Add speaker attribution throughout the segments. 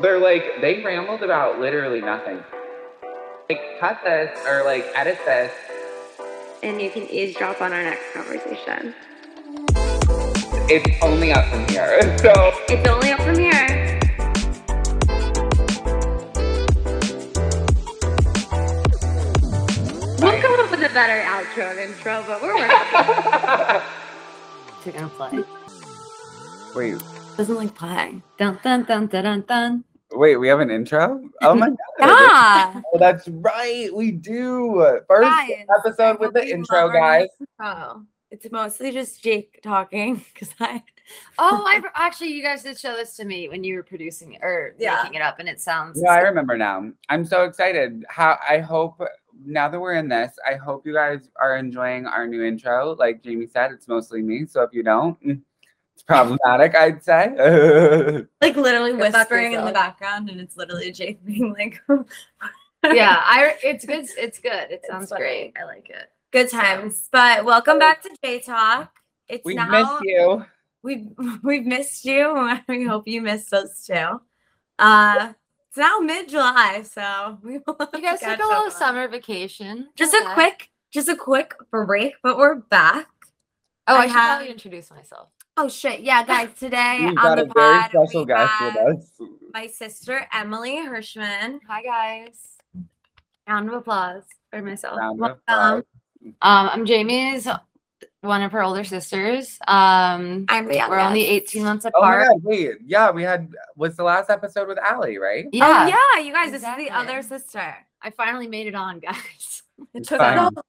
Speaker 1: they're like they rambled about literally nothing. Like cut this or like edit this.
Speaker 2: and you can eavesdrop on our next conversation.
Speaker 1: It's only up from here. So
Speaker 2: It's only up from here. We'll come up with a better outro and intro, but we're working.
Speaker 3: Is it gonna play?
Speaker 4: Wait,
Speaker 3: Doesn't like play. Dun dun dun dun dun dun.
Speaker 4: wait, we have an intro? Oh my god.
Speaker 3: Ah,
Speaker 4: Oh, that's right. We do. First
Speaker 3: Guys,
Speaker 4: episode with the
Speaker 3: we
Speaker 4: intro,
Speaker 3: love our
Speaker 4: guys.
Speaker 3: intro. It's mostly just Jake talking because I
Speaker 5: Oh, I actually, you guys did show this to me when you were producing it or
Speaker 3: Yeah.
Speaker 5: making it up, and it sounds.
Speaker 4: No, I remember now. I'm so excited. How I hope now that we're in this, I hope you guys are enjoying our new intro. Like Jamie said, it's mostly me. So if you don't, mm, it's problematic, I'd say.
Speaker 3: like literally
Speaker 5: Go fuck
Speaker 3: whispering in the
Speaker 5: yourself.
Speaker 3: background, and it's literally Jake being like,
Speaker 5: yeah, I. It's good. It's good. It sounds
Speaker 3: funny.
Speaker 5: great. I like it.
Speaker 3: "Good times." But welcome back to J Talk. It's
Speaker 4: we
Speaker 3: now
Speaker 4: missed you.
Speaker 3: we've we've missed you. We hope you missed us too. Uh, it's now mid July, so we will have to
Speaker 5: You guys
Speaker 3: catch
Speaker 5: took a little
Speaker 3: up on-
Speaker 5: summer vacation.
Speaker 3: Just a
Speaker 5: Okay.
Speaker 3: quick, just a quick break, but we're back.
Speaker 5: Oh,
Speaker 3: I
Speaker 5: I, should probably
Speaker 3: have-
Speaker 5: introduce myself.
Speaker 3: Oh shit! Yeah, guys, today
Speaker 4: We've
Speaker 3: on
Speaker 4: got
Speaker 3: the
Speaker 4: a very
Speaker 3: pod,
Speaker 4: special
Speaker 3: we
Speaker 4: guest
Speaker 3: have
Speaker 4: with us.
Speaker 3: my sister Emily Hirschman.
Speaker 5: Hi guys. Round of applause for myself.
Speaker 4: Round of
Speaker 3: Welcome.
Speaker 4: applause.
Speaker 5: Um, I'm Jamie's one of her older sisters. Um,
Speaker 3: I'm the
Speaker 5: we're only
Speaker 3: youngest.
Speaker 5: 18 months
Speaker 4: Oh my
Speaker 5: apart.
Speaker 4: god, wait. Yeah, we had was the last episode with Allie, right?
Speaker 5: yeah,
Speaker 3: Oh yeah, you guys,
Speaker 5: Ah, Exactly.
Speaker 3: this is the other sister.
Speaker 5: I finally made it on, guys.
Speaker 3: It
Speaker 4: It's
Speaker 3: took
Speaker 4: fine.
Speaker 3: so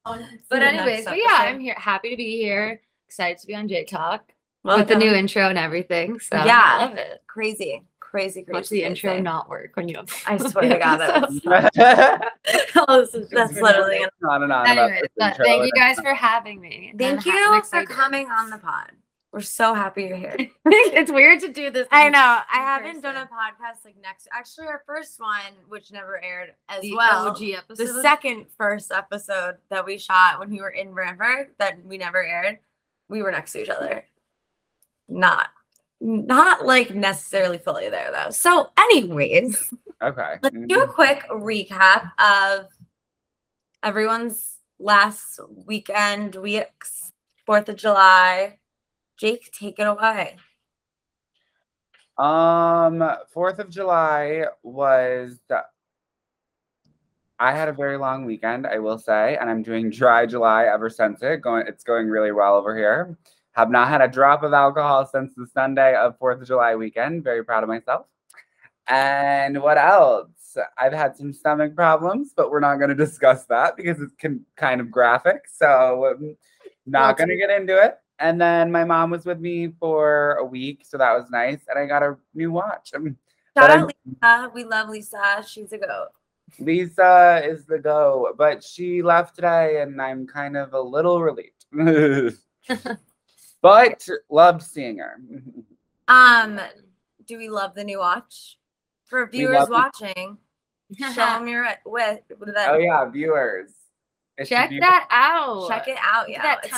Speaker 5: But anyways, but yeah, I'm here. Happy to be here. Excited to be on J Talk with the new intro and everything. So I
Speaker 3: Yeah.
Speaker 5: love it.
Speaker 3: crazy, crazy, crazy.
Speaker 5: Watch the intro
Speaker 3: crazy.
Speaker 5: not work when you. upload
Speaker 3: I swear to
Speaker 5: the
Speaker 3: God, that
Speaker 5: episode.
Speaker 3: was,
Speaker 4: on
Speaker 3: that's literally. Gonna,
Speaker 4: and on about
Speaker 5: Anyways,
Speaker 4: this
Speaker 5: but
Speaker 4: intro
Speaker 5: thank you
Speaker 4: and-
Speaker 5: guys for having me. and
Speaker 3: thank
Speaker 5: ha-
Speaker 3: you
Speaker 5: I'm
Speaker 3: for
Speaker 5: excited.
Speaker 3: coming on the pod. We're so happy you're here.
Speaker 5: it's weird to do this.
Speaker 3: I
Speaker 5: in-
Speaker 3: know. I
Speaker 5: in
Speaker 3: haven't done a
Speaker 5: person.
Speaker 3: podcast like next. Actually, our first one, which never aired as
Speaker 5: The
Speaker 3: well.
Speaker 5: OG episode.
Speaker 3: the second first episode that we shot when we were in Brantford that we never aired, we were next to each other. Not, not like necessarily fully there though. So, anyways,
Speaker 4: Okay. mm-hmm.
Speaker 3: let's do a quick recap of everyone's last weekend, weeks, Fourth of July. Jake, take it away.
Speaker 4: Um, Fourth of July was. I had a very long weekend, I will say, and I'm doing dry July ever since it. Going, it's going really well over here. Have not had a drop of alcohol since the Sunday of Fourth of July weekend. Very proud of myself. And what else? I've had some stomach problems, but we're not going to discuss that because it's can, kind of graphic. So, um, not
Speaker 3: Lots of
Speaker 4: going to get into it. And then my mom was with me for a week, so that was nice. And I got a new watch. Um,
Speaker 3: Shout
Speaker 4: But
Speaker 3: out Lisa. We love Lisa. She's a goat.
Speaker 4: Lisa is the go, but she left today, and I'm kind of a little relieved. but loved seeing her.
Speaker 3: Um, do we love the new watch? For
Speaker 4: We love
Speaker 3: viewers
Speaker 4: the-
Speaker 3: watching, show them your with that.
Speaker 4: Oh yeah, viewers. It's a
Speaker 5: Check
Speaker 4: beautiful-
Speaker 5: that out.
Speaker 3: Check it out.
Speaker 5: Look
Speaker 3: Yeah,
Speaker 5: at that
Speaker 3: It's-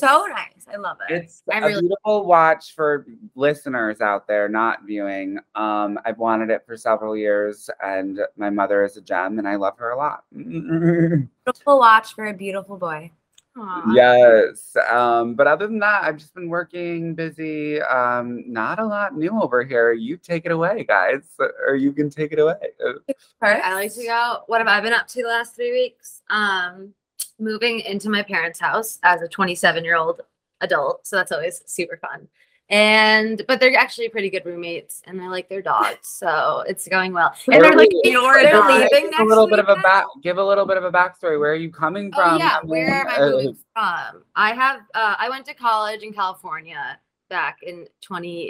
Speaker 5: timepiece.
Speaker 3: so nice. I love it.
Speaker 4: Oh, It's
Speaker 5: I
Speaker 4: a
Speaker 5: really-
Speaker 4: beautiful watch for listeners out there not viewing. Um, I've wanted it for several years, and my mother is a gem, and I love her a lot.
Speaker 3: beautiful watch for a beautiful boy.
Speaker 5: Aw.
Speaker 4: Yes. Um, but other than that, I've just been working, busy. Um, not a lot new over here. You take it away, guys, or you can take it away. Uh,
Speaker 3: First,
Speaker 5: I like to go. What have I been up to the last three weeks? Um, moving into my parents' house as a 27 year old adult, so that's always super fun. And but they're actually pretty good roommates, and I like their dogs, so it's going well. And they're like,
Speaker 4: Wait,
Speaker 5: you're
Speaker 3: they're
Speaker 4: Guys,
Speaker 3: leaving
Speaker 4: give a
Speaker 5: next
Speaker 4: little bit of a
Speaker 5: weekend?
Speaker 4: back. Give a little bit of a backstory. Where are you coming from?
Speaker 5: Oh yeah,
Speaker 4: I
Speaker 5: where am I
Speaker 4: mean, uh,
Speaker 5: moving from? I have uh, I went to college in California back in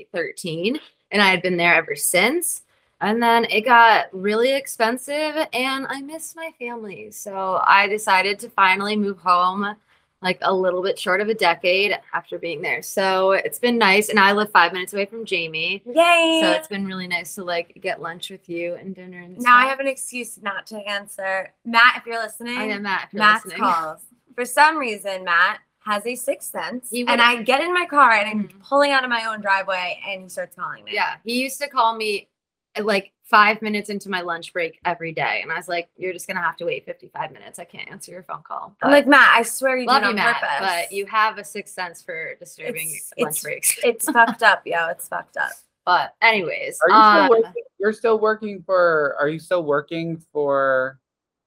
Speaker 5: 2013, and I had been there ever since. And then it got really expensive, and I missed my family, so I decided to finally move home, like a little bit short of a decade after being there. So it's been nice, and I live five minutes away from Jamie,
Speaker 3: Yay!
Speaker 5: so it's been really nice to like get lunch with you and dinner. And
Speaker 3: now I
Speaker 5: stuff.
Speaker 3: have an excuse not to answer. Matt, if you're listening,
Speaker 5: I know Matt. If you're
Speaker 3: Matt's
Speaker 5: listening.
Speaker 3: calls. For some reason, Matt has a sixth sense,
Speaker 5: He
Speaker 3: and
Speaker 5: would-
Speaker 3: I get in my car and I'm
Speaker 5: Mhm.
Speaker 3: pulling out of my own driveway, and he starts calling me.
Speaker 5: Yeah, he used to call me uh, like five minutes into my lunch break every day. And I was like, you're just going to have to wait 55 minutes. I can't answer your phone call.
Speaker 3: I'm like Matt, I swear you
Speaker 5: love
Speaker 3: did it
Speaker 5: you,
Speaker 3: on
Speaker 5: Matt,
Speaker 3: purpose.
Speaker 5: but you have a sixth sense for disturbing
Speaker 3: It's-
Speaker 5: lunch
Speaker 3: it's-
Speaker 5: breaks.
Speaker 3: it's fucked up, yo. It's fucked up.
Speaker 5: But anyways,
Speaker 4: Are you
Speaker 5: um,
Speaker 4: still working? You're still working for? Are you still working for?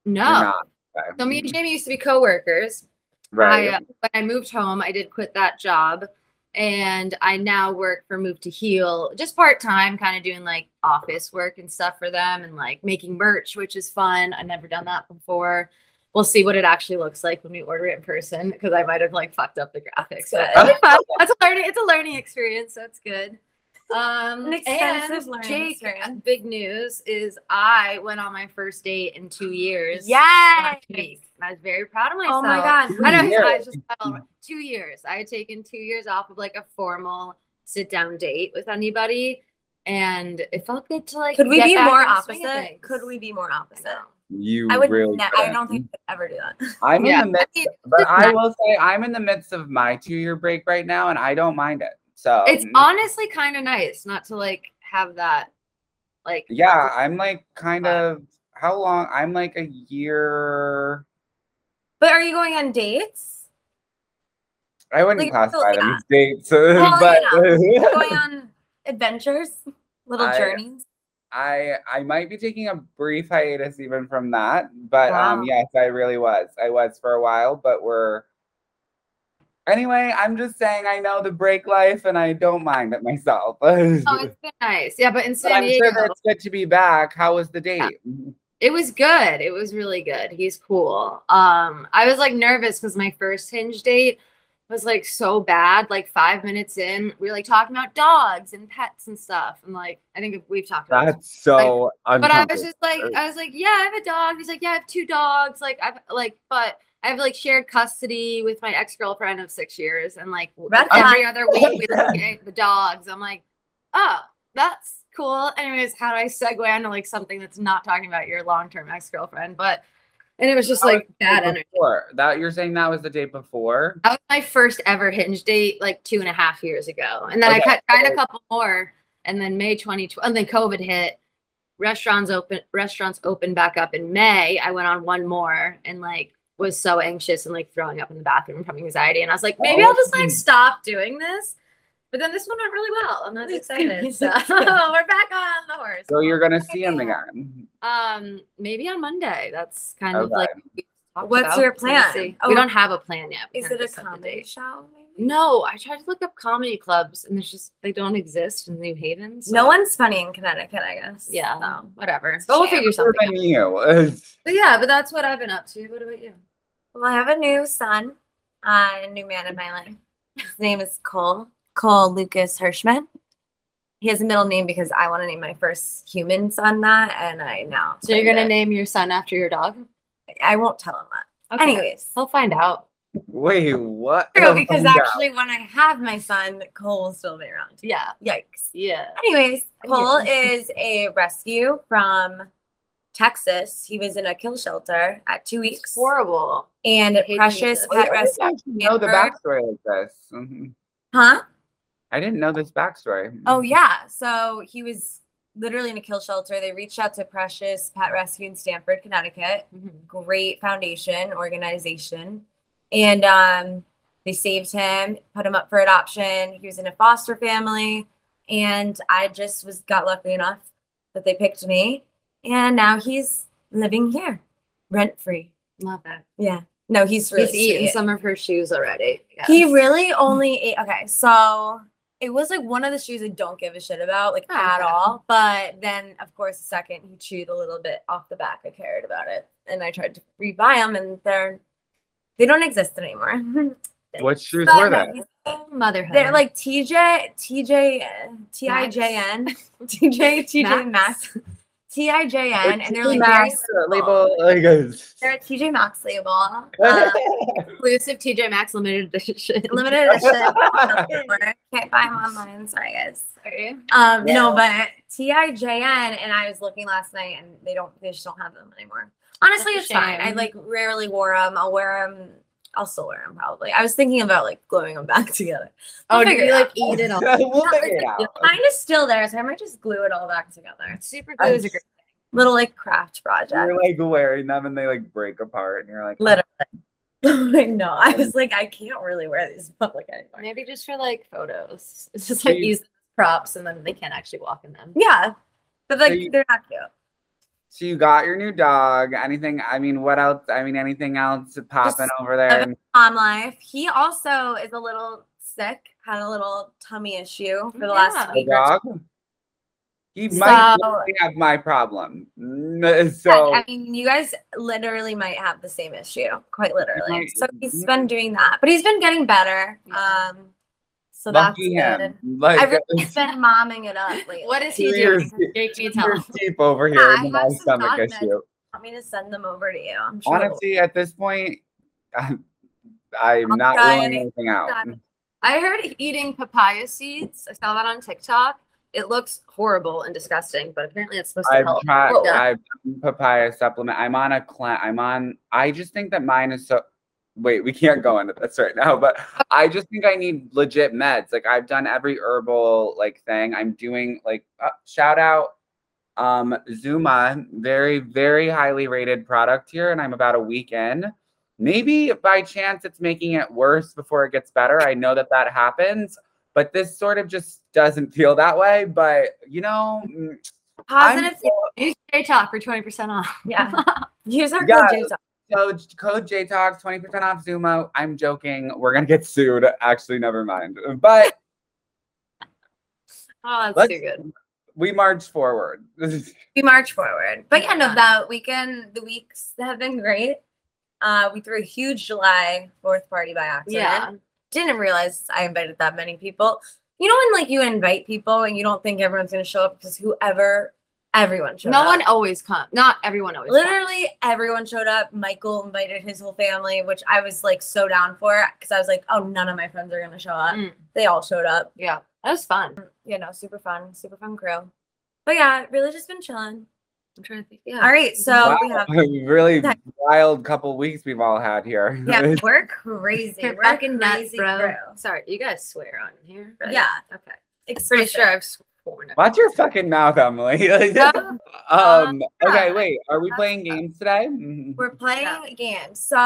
Speaker 4: You're
Speaker 5: no.
Speaker 4: not. Okay.
Speaker 5: So me and Jamie used to be coworkers.
Speaker 4: right.
Speaker 5: I, uh, when I moved home, I did quit that job, and I now work for Move to Heal, just part time, kind of doing like office work and stuff for them, and like making merch, which is fun. I've never done that before. We'll see what it actually looks like when we order it in person, because I might have like fucked up the graphics. But it'll be fun. that's a learning. It's a learning experience. so That's good. Um,
Speaker 3: An extensive
Speaker 5: and
Speaker 3: learning
Speaker 5: Jake,
Speaker 3: experience.
Speaker 5: uh, big news is I went on my first date in two years.
Speaker 3: Yes.
Speaker 5: last week, and I was very proud of myself.
Speaker 3: Oh my god.
Speaker 5: I know.
Speaker 4: Yeah.
Speaker 5: his eyes just
Speaker 3: Mm.
Speaker 5: fell. Um, Two years. I had taken two years off of like a formal sit down date with anybody, and it felt good to like.
Speaker 3: Could we
Speaker 5: get
Speaker 3: be
Speaker 5: back
Speaker 3: more
Speaker 5: in the swing of
Speaker 3: opposite?
Speaker 5: things.
Speaker 3: Could we be more
Speaker 5: I
Speaker 3: opposite?
Speaker 5: know.
Speaker 4: you
Speaker 3: I would.
Speaker 4: really.
Speaker 3: ne- I
Speaker 4: couldn't.
Speaker 3: don't think I'd ever do that.
Speaker 4: I'm
Speaker 5: Yeah, I
Speaker 4: in the midst,
Speaker 5: mean,
Speaker 4: but
Speaker 5: it's
Speaker 4: I
Speaker 5: nice.
Speaker 4: will say I'm in the midst of my two-year break right now, and I don't mind it. So
Speaker 5: It's honestly kind of nice not to like have that, like.
Speaker 4: Yeah, I'm like kind
Speaker 5: Fine.
Speaker 4: of how long? I'm like a year.
Speaker 3: But are you going on dates?
Speaker 4: I wouldn't
Speaker 3: Like, I feel
Speaker 4: classify
Speaker 3: like
Speaker 4: them
Speaker 3: I-
Speaker 4: as dates,
Speaker 3: you
Speaker 4: but
Speaker 3: going on adventures, little
Speaker 4: I-
Speaker 3: journeys.
Speaker 4: I I might be taking a brief hiatus even from that, but um
Speaker 3: Wow.
Speaker 4: yes, I really was. I was for a while, but we're anyway. I'm just saying I know the break life, and I don't mind it myself.
Speaker 5: Oh, it's been nice. Yeah, but in
Speaker 4: But
Speaker 5: San
Speaker 4: I'm
Speaker 5: Diego,
Speaker 4: sure that it's good to be back. How was the date?
Speaker 5: it was good. It was really good. He's cool. Um, I was like nervous because my first hinge date was like so bad. Like five minutes in, we were like talking about dogs and pets and stuff. And like, I think we've talked about. this.
Speaker 4: That's so
Speaker 5: But I was
Speaker 4: uncomfortable.
Speaker 5: just like, I was like, yeah, I have a dog. He's like, yeah, I have two dogs. Like, I've like, but I have like shared custody with my ex girlfriend of six years, and like w-
Speaker 3: Red
Speaker 5: every other week we look at the dogs. I'm like, oh, that's cool. Anyways, how do I segue onto like something that's not talking about your long term ex girlfriend? But and it was just
Speaker 4: That was
Speaker 5: like bad
Speaker 4: Day
Speaker 5: energy.
Speaker 4: before. That you're saying that was the day before.
Speaker 5: That was my first ever hinge date, like two and a half years ago. And then I
Speaker 4: Okay,
Speaker 5: cut, tried
Speaker 4: okay.
Speaker 5: a couple more. And then May 2020, and then COVID hit. Restaurants open, restaurants opened back up in May. I went on one more and like was so anxious and like throwing up in the bathroom from anxiety. And I was
Speaker 3: Oh,
Speaker 5: like, maybe I'll just like stop doing this. But then this one went really well. I'm not
Speaker 3: That's good.
Speaker 5: excited. So
Speaker 3: That's
Speaker 5: we're
Speaker 3: good.
Speaker 5: back on the horse.
Speaker 4: So you're gonna see him
Speaker 5: yeah.
Speaker 4: again.
Speaker 5: Um, maybe on Monday. That's kind of
Speaker 4: Okay.
Speaker 5: like what we talked
Speaker 3: What's your
Speaker 5: so we'll
Speaker 3: plan?
Speaker 5: see.
Speaker 3: Oh,
Speaker 5: we don't have a plan yet. We
Speaker 3: Is
Speaker 5: kinda
Speaker 3: it a
Speaker 5: just set the
Speaker 3: comedy
Speaker 5: date.
Speaker 3: show? Maybe?
Speaker 5: No, I tried to look up comedy clubs and there's just they don't exist in New Haven. so-
Speaker 3: No one's funny in Connecticut, I guess.
Speaker 5: Yeah,
Speaker 3: So.
Speaker 5: whatever. But we'll
Speaker 3: shame.
Speaker 5: figure
Speaker 4: Better
Speaker 5: something. out.
Speaker 4: than you.
Speaker 5: But yeah, but that's what I've been up to. What about you?
Speaker 3: Well, I have a new son, uh, a new man in my life. His name is Cole. Cole Lucas Hirschman. He has a middle name because I want to name my first human son that, and I know.
Speaker 5: So you're gonna
Speaker 3: name?
Speaker 5: name your son after your dog?
Speaker 3: I won't tell him that.
Speaker 5: Okay.
Speaker 3: Anyways,
Speaker 5: we'll find out.
Speaker 4: Wait, what?
Speaker 3: true
Speaker 4: Oh
Speaker 3: because
Speaker 4: my God.
Speaker 3: actually, when I have my son, Cole will still be around.
Speaker 5: Yeah,
Speaker 3: Yikes.
Speaker 5: yeah.
Speaker 3: Anyways,
Speaker 5: Yeah.
Speaker 3: Cole is a rescue from Texas. He was in a kill shelter at two
Speaker 5: It's
Speaker 3: weeks,
Speaker 5: horrible.
Speaker 3: and
Speaker 5: I hate
Speaker 3: Precious
Speaker 5: Jesus.
Speaker 4: Oh, yeah,
Speaker 3: Pet
Speaker 4: I didn't
Speaker 3: Rescue.
Speaker 4: actually know the
Speaker 3: Amber.
Speaker 4: backstory like this. Mhm.
Speaker 3: Huh?
Speaker 4: I didn't know this backstory.
Speaker 3: Oh yeah. So he was literally in a kill shelter. They reached out to Precious Pet Rescue in Stamford, Connecticut.
Speaker 5: Mhm.
Speaker 3: Great foundation, organization. And um they saved him, put him up for adoption. He was in a foster family. And I just was got lucky enough that they picked me. And now he's living here. Rent free.
Speaker 5: Love that.
Speaker 3: Yeah. No, he's really
Speaker 5: He's eaten
Speaker 3: sweet.
Speaker 5: some of her shoes already.
Speaker 3: He
Speaker 5: yes.
Speaker 3: really only ate. Okay, so it was like one of the shoes I don't give a shit about, like
Speaker 5: Oh,
Speaker 3: at
Speaker 5: okay.
Speaker 3: all. But then, of course, the second he chewed a little bit off the back, I cared about it, and I tried to rebuy them, and they're they don't exist anymore.
Speaker 4: What shoes
Speaker 3: But
Speaker 4: were that?
Speaker 5: motherhood.
Speaker 3: They're like TJ, TJ, uh, TIJN, TJ, TJ Maxx, TIJN, and they're like very
Speaker 4: label. Like, uh,
Speaker 3: they're a TJ Maxx label, um,
Speaker 5: exclusive TJ Maxx limited edition.
Speaker 3: limited edition. Can't buy them online. Sorry, guys.
Speaker 5: Sorry.
Speaker 3: Um, no,
Speaker 4: Yeah.
Speaker 3: but T I J N, and I was looking last night, and they don't, they just don't have them anymore. Honestly,
Speaker 5: That's
Speaker 3: it's
Speaker 5: a
Speaker 3: fine. I
Speaker 5: shame.
Speaker 3: like rarely wore them. I'll wear them I'll still wear them probably. I was thinking about like gluing them back together.
Speaker 5: Oh, do
Speaker 3: figure
Speaker 5: you
Speaker 3: it
Speaker 5: like
Speaker 3: out.
Speaker 5: eat it all?
Speaker 4: we'll
Speaker 3: Not
Speaker 4: figure
Speaker 3: like
Speaker 4: it out.
Speaker 3: the- Mine is still there, so I might just glue it all back together.
Speaker 5: Super glue is a
Speaker 3: Um,
Speaker 5: great.
Speaker 3: Little like craft project.
Speaker 4: You're like wearing them and they like break apart and you're like,
Speaker 3: Literally. I know. I was like, I can't really wear these in public anymore.
Speaker 5: Maybe just for like photos. It's just like
Speaker 4: you-
Speaker 5: use props and then they can't actually walk in them.
Speaker 3: Yeah. But like
Speaker 4: you-
Speaker 3: they're not cute.
Speaker 4: so you got your new dog. Anything? I mean, what else? I mean, anything else popping over there?
Speaker 3: Mom life. He also is a little sick, had a little tummy issue for the last
Speaker 5: Yeah.
Speaker 4: The
Speaker 3: week. or two.
Speaker 4: dog. He might
Speaker 3: So-
Speaker 4: literally have my problem. Mm, So
Speaker 3: I mean, you guys literally might have the same issue, quite literally.
Speaker 4: might-
Speaker 3: So he's been doing that, but he's been getting better.
Speaker 5: Yeah.
Speaker 3: Um, so that's
Speaker 4: lucky
Speaker 3: good.
Speaker 4: him. Like uh,
Speaker 3: I've really been momming it up lately.
Speaker 5: What is he
Speaker 4: two
Speaker 5: doing?
Speaker 4: years,
Speaker 5: Jake, me
Speaker 4: two
Speaker 5: tell.
Speaker 4: years deep over here
Speaker 3: Yeah,
Speaker 4: in
Speaker 3: I
Speaker 4: my
Speaker 3: have some
Speaker 4: stomach
Speaker 3: dog meds.
Speaker 4: issue.
Speaker 3: want me to send them over to you? I'm sure.
Speaker 4: Honestly, at this point, I'm, I'm
Speaker 3: I'll
Speaker 4: not
Speaker 3: try
Speaker 4: ruling
Speaker 3: any-
Speaker 4: anything out.
Speaker 5: I heard eating papaya seeds. I saw that on TikTok. It looks horrible and disgusting, but apparently it's supposed to
Speaker 4: I've
Speaker 5: help.
Speaker 4: tried.
Speaker 3: Well-
Speaker 4: I've done papaya supplement. I'm on a cleanse. I'm on. I just think that mine is so. Wait, we can't go into this right now, but I just think I need legit meds. Like I've done every herbal like thing. I'm doing like uh, shout out um Zuma, very very highly rated product here, and I'm about a week in. Maybe by chance it's making it worse before it gets better. I know that that happens, but this sort of just doesn't feel that way. But you know, mm, I'm
Speaker 3: Positive.
Speaker 4: so-
Speaker 5: Use J Talk for 20% off.
Speaker 3: Yeah. Use our
Speaker 4: Yeah.
Speaker 3: code Juice Up.
Speaker 4: Code code JTalks, 20% off Zumo. I'm joking. We're gonna get sued. Actually, never mind. But
Speaker 5: Oh, that's
Speaker 4: Let's-
Speaker 5: too good.
Speaker 4: we march forward. This is-
Speaker 3: We march forward. But yeah, no,
Speaker 5: Yeah.
Speaker 3: that weekend, the weeks have been great. Uh, we threw a huge July 4th party by accident.
Speaker 5: Yeah.
Speaker 3: Didn't realize I invited that many people. You know when like you invite people and you don't think everyone's gonna show up because whoever everyone showed
Speaker 5: No
Speaker 3: up.
Speaker 5: one always comes. Not everyone always comes.
Speaker 3: literally everyone showed up. Michael invited his whole family, which I was like so down for because I was like, oh, none of my friends are gonna show up.
Speaker 5: Mm.
Speaker 3: They all showed up.
Speaker 5: Yeah. That was fun.
Speaker 3: You know, super fun, super fun crew. But yeah, really just been chilling.
Speaker 5: I'm trying to think. Yeah.
Speaker 3: All right, so
Speaker 4: wow,
Speaker 3: we have
Speaker 4: really
Speaker 3: That-
Speaker 4: wild couple weeks we've all had here.
Speaker 3: yeah, we're crazy.
Speaker 5: You're
Speaker 3: We're a
Speaker 5: fucking nuts,
Speaker 3: crazy
Speaker 5: bro.
Speaker 3: crew.
Speaker 5: Sorry, you guys swear on here. right?
Speaker 3: Yeah.
Speaker 5: Okay.
Speaker 3: It's
Speaker 5: Pretty sure I've sworn.
Speaker 4: Watch your fucking mouth, Emily.
Speaker 5: No,
Speaker 4: um. Okay.
Speaker 5: Uh, yeah.
Speaker 4: Wait. Are we playing games today? Mhm.
Speaker 3: We're playing
Speaker 5: Yeah.
Speaker 3: games. So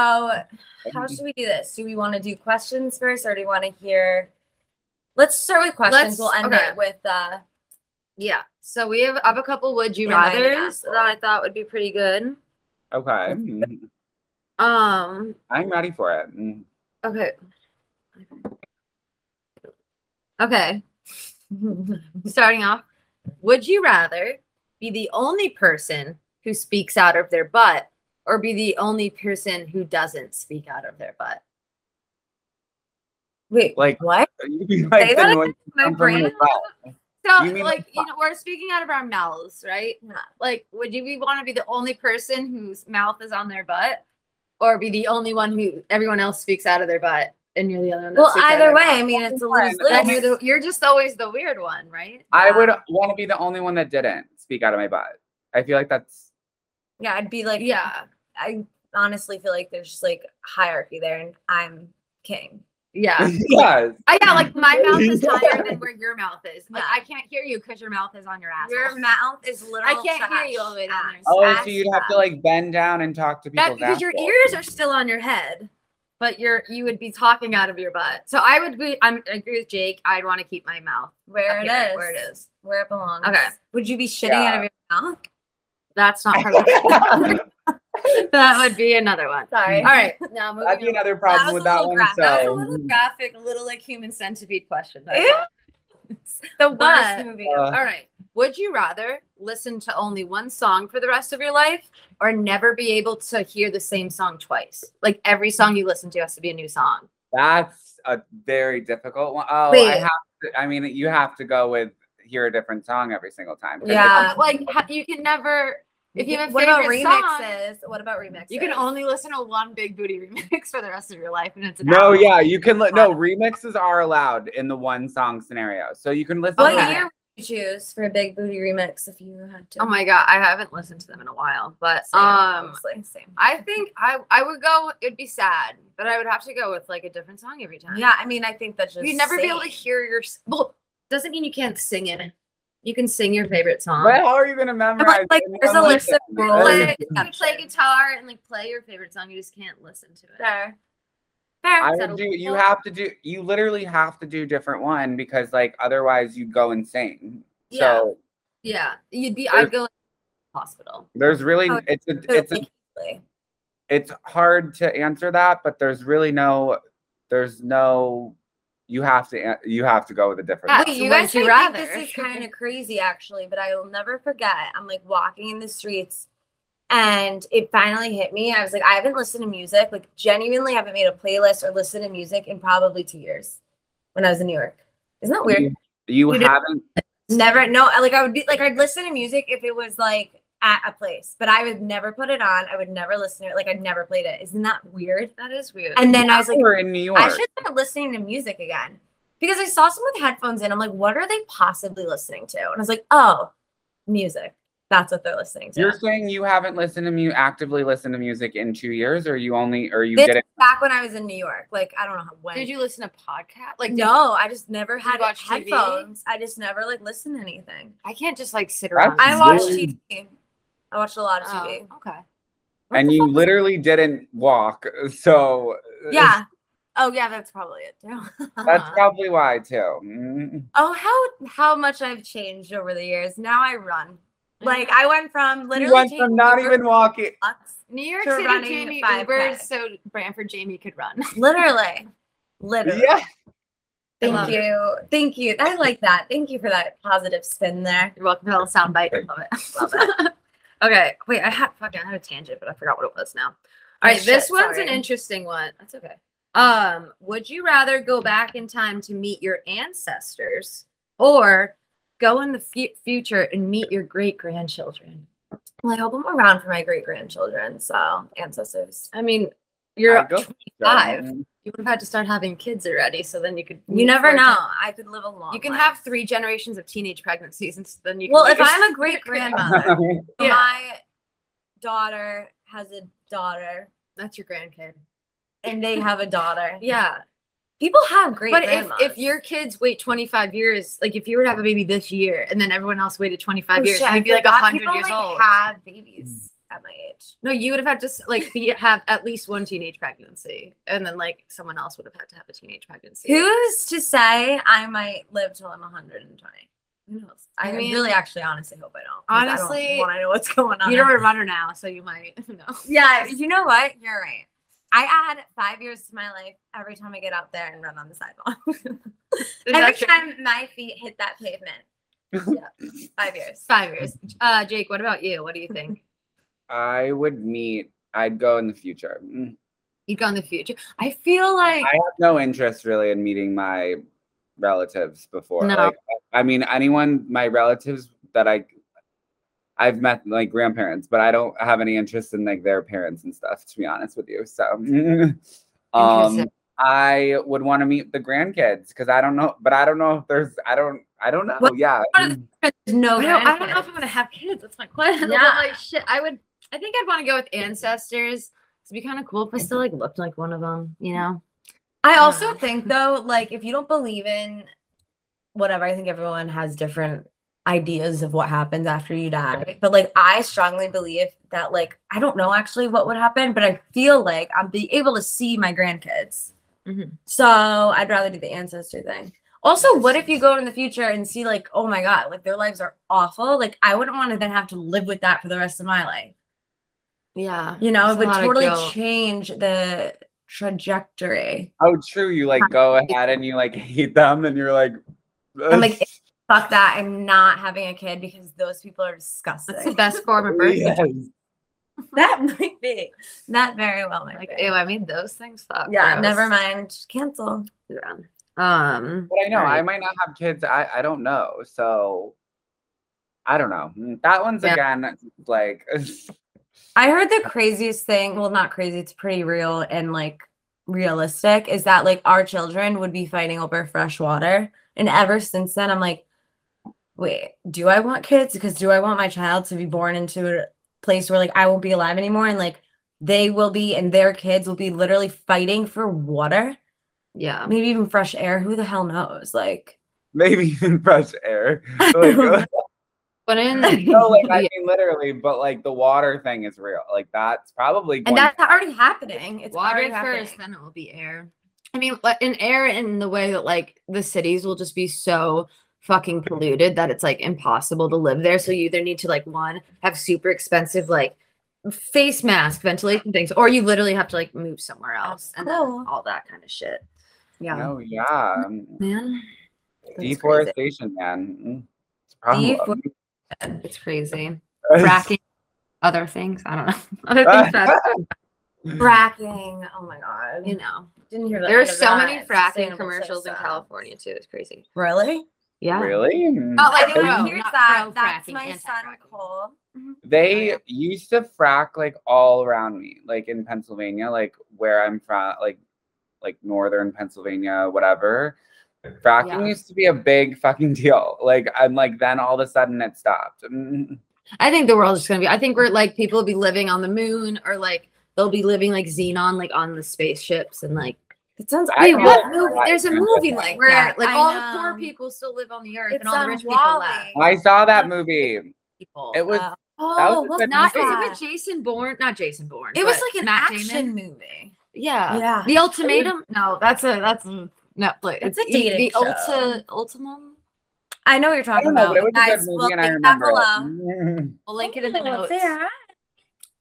Speaker 3: how should we do this? Do we want to do questions first, or do you want to hear? Let's start with
Speaker 5: Let's-
Speaker 3: questions. we'll end
Speaker 5: okay.
Speaker 3: it with uh,
Speaker 5: Yeah. So we have, I have a couple would you
Speaker 3: And I need to
Speaker 5: rather's
Speaker 3: ask
Speaker 5: that I thought would be pretty good.
Speaker 4: Okay. Mhm.
Speaker 5: Um.
Speaker 4: I'm ready for it. Mhm.
Speaker 5: Okay. Okay. Starting off, would you rather be the only person who speaks out of their butt or be the only person who doesn't speak out of their butt?
Speaker 3: wait.
Speaker 4: Like
Speaker 3: what?
Speaker 4: you be like
Speaker 3: Say
Speaker 4: the
Speaker 3: that
Speaker 4: noise
Speaker 5: My
Speaker 4: come from
Speaker 5: brain.
Speaker 4: your butt.
Speaker 5: So,
Speaker 4: You mean
Speaker 5: like, you know, we're speaking out of our mouths, right?
Speaker 3: Yeah.
Speaker 5: Like, would you want to be the only person whose mouth is on their butt, or be the only one who everyone else speaks out of their butt, and you're the only one? That
Speaker 3: Well,
Speaker 5: speaks out of
Speaker 3: either
Speaker 5: their
Speaker 3: way,
Speaker 5: mouth?
Speaker 3: I mean, it's a
Speaker 4: Fine,
Speaker 3: lose
Speaker 5: Then you're
Speaker 3: lose.
Speaker 5: the you're just always the weird one, right? Um,
Speaker 4: I
Speaker 3: Yeah.
Speaker 4: would want to be the only one that didn't speak out of my butt. I feel like that's
Speaker 3: Yeah, I'd be like,
Speaker 5: Yeah,
Speaker 3: I honestly feel like there's just like hierarchy there, and I'm king.
Speaker 5: yeah.
Speaker 4: yes.
Speaker 5: I yeah, like my mouth is higher than where your mouth is. Like
Speaker 3: Yeah.
Speaker 5: I can't hear you because your mouth is on your ass.
Speaker 3: Your mouth is literally.
Speaker 5: I can't hear you all the way down there.
Speaker 4: Oh,
Speaker 5: Ass
Speaker 4: so you'd have to like bend down and talk to people.
Speaker 5: That, because your
Speaker 4: down.
Speaker 5: ears are still on your head, but you're you would be talking out of your butt. So I would be. I'm, I agree with Jake. I'd want to keep my mouth.
Speaker 3: Where
Speaker 5: up
Speaker 3: it
Speaker 5: here,
Speaker 3: is.
Speaker 5: where it is.
Speaker 3: Where it belongs.
Speaker 5: Okay.
Speaker 3: Would you be shitting out of your mouth?
Speaker 5: That's not part of that would be another one.
Speaker 3: Sorry.
Speaker 5: All right, now moving.
Speaker 4: That'd be um,
Speaker 5: on.
Speaker 4: another
Speaker 3: was
Speaker 4: problem with
Speaker 3: a
Speaker 4: that
Speaker 3: little
Speaker 4: one.
Speaker 3: graph.
Speaker 4: So mm-hmm.
Speaker 5: That was a little graphic, little like human centipede question. that I
Speaker 3: Ew.
Speaker 5: thought.
Speaker 3: The worst
Speaker 5: But-
Speaker 3: movie.
Speaker 4: Uh,
Speaker 5: All right. Would you rather listen to only one song for the rest of your life or never be able to hear the same song twice? Like every song you listen to has to be a new song.
Speaker 4: that's a very difficult one. Oh, I
Speaker 3: Wait.
Speaker 4: have to, I mean, you have to go with hear a different song every single time. 'cause
Speaker 3: Yeah.
Speaker 5: Uh, like ha- you can never if you have a
Speaker 3: what about
Speaker 5: favorite song,
Speaker 3: remixes? what about remixes?
Speaker 5: you can only listen to one big booty remix for the rest of your life and it's an
Speaker 4: No,
Speaker 5: hour.
Speaker 4: yeah, you can. Li- no, remixes are allowed in the one song scenario, so you can listen.
Speaker 3: What
Speaker 4: to
Speaker 5: Okay.
Speaker 4: it.
Speaker 3: year you choose for a big booty remix if you had to?
Speaker 5: Oh my god, I haven't listened to them in a while, but
Speaker 3: Same,
Speaker 5: um,
Speaker 3: honestly, same.
Speaker 5: I think I I would go. It'd be sad, but I would have to go with like a different song every time.
Speaker 3: yeah, I mean, I think that's just
Speaker 5: you'd never be able to
Speaker 3: same.
Speaker 5: hear your. s- Well, doesn't mean you can't sing it. You can sing your favorite song.
Speaker 4: But how are you gonna memorize?
Speaker 3: like,
Speaker 4: it?
Speaker 3: there's a
Speaker 4: Oh my
Speaker 3: list of
Speaker 4: goodness.
Speaker 3: rules.
Speaker 5: Like, you can play guitar and like play your favorite song. You just can't listen to it.
Speaker 3: Fair. Fair.
Speaker 4: I
Speaker 5: that
Speaker 4: would do. You
Speaker 5: allowed?
Speaker 4: have to do. You literally have to do different one because, like, otherwise you'd go insane.
Speaker 3: Yeah.
Speaker 4: So
Speaker 5: Yeah, you'd be.
Speaker 4: There's-
Speaker 5: I'd go like, hospital.
Speaker 4: there's really
Speaker 3: Oh,
Speaker 4: it's a,
Speaker 3: So,
Speaker 4: it's a,
Speaker 3: basically,
Speaker 4: it's hard to answer that, but there's really no there's no you have to an- you have to go with a different.
Speaker 5: Yeah.
Speaker 4: one.
Speaker 3: Wait,
Speaker 5: So
Speaker 3: you
Speaker 5: would
Speaker 3: guys
Speaker 5: you
Speaker 3: might think
Speaker 5: rather?
Speaker 3: this is kind of crazy, actually, but I will never forget. I'm like walking in the streets, and it finally hit me. I was like, I haven't listened to music, like genuinely haven't made a playlist or listened to music in probably two years when I was in New York. Isn't that weird?
Speaker 4: You, you
Speaker 5: You didn't-
Speaker 4: haven't.
Speaker 3: Never, no. I- Like I would be like I'd listen to music if it was like at a place, but I would never put it on. I would never listen to it. Like I'd never played it. Isn't that weird?
Speaker 5: That is weird.
Speaker 3: And then I was like,
Speaker 4: you were in New York.
Speaker 3: I should start listening to music again because I saw some with headphones in. I'm like, what are they possibly listening to? And I was like, oh, music. That's what they're listening to.
Speaker 4: You're saying you haven't listened to mu- actively listened to music in two years, or you only, or you
Speaker 3: this
Speaker 4: didn't.
Speaker 3: was back when I was in New York. Like I don't know how- when.
Speaker 5: did you listen to podcast? Like,
Speaker 3: like?
Speaker 5: did-
Speaker 3: No, I just never
Speaker 5: Did you
Speaker 3: had
Speaker 5: watch TV?
Speaker 3: headphones. I just never like listened to anything.
Speaker 5: I can't just like sit
Speaker 4: That's
Speaker 5: around.
Speaker 3: I
Speaker 5: and-
Speaker 3: watched
Speaker 4: Really?
Speaker 3: TV. I watched a lot of
Speaker 5: Oh,
Speaker 3: TV.
Speaker 5: okay.
Speaker 3: What
Speaker 4: and
Speaker 3: the
Speaker 4: you uh,
Speaker 3: fuck?
Speaker 4: literally didn't walk, so
Speaker 3: yeah. Oh yeah, that's probably it too.
Speaker 4: that's
Speaker 5: Uh-huh.
Speaker 4: probably why too. Mm.
Speaker 3: oh how how much I've changed over the years. Now I run. Like I went from literally
Speaker 4: you went
Speaker 3: taking
Speaker 4: from not
Speaker 3: Uber
Speaker 4: even walking.
Speaker 3: bucks
Speaker 5: New York
Speaker 3: to
Speaker 5: City
Speaker 3: running
Speaker 5: Jamie
Speaker 3: 5K.
Speaker 5: Uber so Branford Jamie could run.
Speaker 3: Literally. Literally.
Speaker 4: Yeah,
Speaker 3: Thank
Speaker 5: love it.
Speaker 3: you. Thank you. I like that. Thank you for that positive spin there.
Speaker 5: You're welcome to the soundbite. I Love it. Love it. okay. Wait, I had fucking I had a tangent, but I forgot what it was now. All
Speaker 3: Oh,
Speaker 5: right, this
Speaker 3: shit,
Speaker 5: one's an
Speaker 3: sorry.
Speaker 5: interesting one. That's okay. Um, would you rather go back in time to meet your ancestors or go in the fu- future and meet your great grandchildren?
Speaker 3: Well, I hope I'm around for my great grandchildren. So ancestors.
Speaker 5: I mean, you're
Speaker 4: I go for it.
Speaker 5: 25. you would have had to start having kids already, so then you could
Speaker 3: You
Speaker 5: meet
Speaker 3: never
Speaker 5: for a
Speaker 3: know.
Speaker 5: time.
Speaker 3: I could live a long
Speaker 5: You can
Speaker 3: life.
Speaker 5: have three generations of teenage pregnancies, and so then you. Can
Speaker 3: well,
Speaker 5: meet
Speaker 3: if
Speaker 5: your-
Speaker 3: I'm a great grandmother,
Speaker 5: Yeah.
Speaker 3: my daughter has a daughter
Speaker 5: that's your grandkid.
Speaker 3: and they have a daughter.
Speaker 5: Yeah,
Speaker 3: People have great
Speaker 5: but if,
Speaker 3: grandmas.
Speaker 5: if your kids wait 25 years like if you were to have a baby this year and then everyone else waited 25
Speaker 3: Oh,
Speaker 5: years
Speaker 3: shit, I
Speaker 5: you'd be like
Speaker 3: forgot
Speaker 5: 100
Speaker 3: people,
Speaker 5: years
Speaker 3: like,
Speaker 5: old
Speaker 3: have babies at my age.
Speaker 5: no you would have had to s- like be, have at least one teenage pregnancy and then like someone else would have had to have a teenage pregnancy
Speaker 3: Who's to say I might live till I'm 120? Who knows? I,
Speaker 5: I
Speaker 3: mean,
Speaker 5: mean-
Speaker 3: really, actually, honestly, hope I don't. 'cause I
Speaker 5: Honestly,
Speaker 3: want to know what's going on.
Speaker 5: you know, you're a runner now so you might no
Speaker 3: yeah, you know what? You're right. I add five years to my life every time I get out there and run on the sidewalk.
Speaker 5: Is
Speaker 3: every
Speaker 5: that true?
Speaker 3: time my feet hit that pavement. yeah, five years.
Speaker 5: five years uh jake what about you what do you think
Speaker 4: I would meet. I'd go in the future. Mm.
Speaker 5: you go in the future i feel like
Speaker 4: I have no interest really in meeting my relatives before.
Speaker 5: No.
Speaker 4: Like, I mean, anyone, my relatives that I, I've met like grandparents, but I don't have any interest in like their parents and stuff. To be honest with you, so. um,
Speaker 5: Interesting.
Speaker 4: I would want to meet the grandkids because I don't know, but I don't know if there's, I don't, I don't know.
Speaker 3: What-
Speaker 4: yeah,
Speaker 3: what are the- There's no.
Speaker 5: I don't, I don't know if
Speaker 3: grandkids.
Speaker 5: I'm gonna have kids. That's my question.
Speaker 3: Yeah.
Speaker 5: I'm like, shit, I would. I think I'd want to go with ancestors. It'd be kind of cool if I still like looked like one of them. You know.
Speaker 3: I also
Speaker 5: Uh.
Speaker 3: think though, like if you don't believe in whatever, I think everyone has different ideas of what happens after you die. But like I strongly believe that like I don't know actually what would happen, but I feel like I'm be able to see my grandkids.
Speaker 5: Mhm.
Speaker 3: So I'd rather do the ancestor thing. Also, what if you go in the future and see like, oh my god, like their lives are awful. Like I wouldn't want to then have to live with that for the rest of my life.
Speaker 5: Yeah.
Speaker 3: You know,
Speaker 5: It's a
Speaker 3: it would
Speaker 5: lot of
Speaker 3: totally
Speaker 5: guilt.
Speaker 3: change the trajectory.
Speaker 4: oh, true. You like go ahead and you like hate them and you're like,
Speaker 3: I'm like, fuck that. I'm not having a kid because those people are disgusting.
Speaker 5: That's the best form of birth.
Speaker 4: Yes.
Speaker 5: control.
Speaker 3: that might be. That very well might
Speaker 5: Like,
Speaker 3: be.
Speaker 5: ew, I made those things. Fuck.
Speaker 3: yeah,
Speaker 5: gross.
Speaker 3: never mind. Cancel.
Speaker 5: Yeah. Um.
Speaker 4: But I know I
Speaker 5: Right.
Speaker 4: might not have kids. I I don't know. So I don't know. Mm, That one's
Speaker 5: Yeah.
Speaker 4: again like
Speaker 3: I heard the craziest thing. Well, not crazy. It's pretty real and like realistic. Is that like our children would be fighting over fresh water? And ever since then, I'm like, wait, do I want kids? Because do I want my child to be born into a place where like I won't be alive anymore and like they will be and their kids will be literally fighting for water,
Speaker 5: Yeah.
Speaker 3: maybe even fresh air. Who the hell knows? Like,
Speaker 4: Maybe even fresh air. Like,
Speaker 5: But in
Speaker 4: no, like I
Speaker 5: Yeah.
Speaker 4: mean literally, but like the water thing is real. Like that's probably
Speaker 3: and
Speaker 4: going
Speaker 3: that's already happening. It's
Speaker 5: water
Speaker 3: already
Speaker 5: first, then
Speaker 3: happening.
Speaker 5: it will be air. I mean, like, in air in the way that like the cities will just be so fucking polluted that it's like impossible to live there. So you either need to like one have super expensive like face mask ventilation things, or you literally have to like move somewhere else and then
Speaker 3: Cool.
Speaker 5: all that kind of shit.
Speaker 3: Yeah.
Speaker 4: No, oh, yeah. mm,
Speaker 5: Man, that's crazy.
Speaker 4: Deforestation, man. Mm, It's a problem.
Speaker 5: It's crazy.
Speaker 4: It's-
Speaker 5: Fracking, other things. I don't know. Other things. that-
Speaker 3: Fracking. Oh my god.
Speaker 5: you know,
Speaker 3: didn't hear that.
Speaker 5: there are
Speaker 3: end of
Speaker 5: so
Speaker 3: that.
Speaker 5: many
Speaker 3: It's
Speaker 5: fracking
Speaker 3: sustainable
Speaker 5: commercials in
Speaker 3: textiles.
Speaker 5: California too. It's crazy.
Speaker 3: Really?
Speaker 5: Yeah.
Speaker 4: Really? Mm.
Speaker 5: Oh, like,
Speaker 3: I
Speaker 5: no,
Speaker 3: didn't
Speaker 5: no,
Speaker 3: hear
Speaker 5: not
Speaker 3: that.
Speaker 5: pro
Speaker 3: That's
Speaker 5: fracking,
Speaker 3: my son
Speaker 5: anti-fracking.
Speaker 3: Cole.
Speaker 4: They used to frack like all around me, like in Pennsylvania, like where I'm from, like like northern Pennsylvania, whatever. Fracking
Speaker 5: Yeah.
Speaker 4: used to be a big fucking deal. Like I'm like then all of a sudden it stopped. Mm,
Speaker 5: I think the world is gonna be. I think we're like people will be living on the moon or like they'll be living like xenon like on the spaceships and like.
Speaker 3: It sounds.
Speaker 4: I
Speaker 5: Wait,
Speaker 4: know
Speaker 5: what
Speaker 4: that.
Speaker 5: movie? There's a
Speaker 4: Yeah.
Speaker 5: movie like
Speaker 3: Where-
Speaker 5: that. Like
Speaker 3: I
Speaker 5: all the
Speaker 3: know.
Speaker 5: poor people still live on the earth
Speaker 3: It's
Speaker 5: and all
Speaker 3: on
Speaker 5: the rich
Speaker 3: Wall-E.
Speaker 5: people left.
Speaker 4: I saw that movie.
Speaker 5: People.
Speaker 4: It was
Speaker 3: Wow.
Speaker 4: was
Speaker 5: oh,
Speaker 4: a
Speaker 5: was
Speaker 4: good
Speaker 5: not
Speaker 3: movie.
Speaker 5: is it with Jason Bourne? Not Jason Bourne.
Speaker 3: It was
Speaker 5: but
Speaker 3: like an
Speaker 5: Matt Damon?
Speaker 3: action movie.
Speaker 5: Yeah.
Speaker 3: Yeah.
Speaker 5: The ultimatum? No, that's a that's mm, Netflix.
Speaker 3: It's a
Speaker 5: The-
Speaker 3: dating
Speaker 5: The
Speaker 3: show.
Speaker 5: ulti ultimum.
Speaker 3: I know what you're
Speaker 4: I don't
Speaker 3: talking
Speaker 4: know,
Speaker 3: about.
Speaker 4: but it was a
Speaker 3: Guys,
Speaker 4: good movie
Speaker 3: we'll
Speaker 4: and I
Speaker 3: link that
Speaker 4: remember Mm-hmm.
Speaker 3: below.
Speaker 4: it.
Speaker 5: We'll link it in the
Speaker 3: Oh,
Speaker 5: notes.
Speaker 3: there.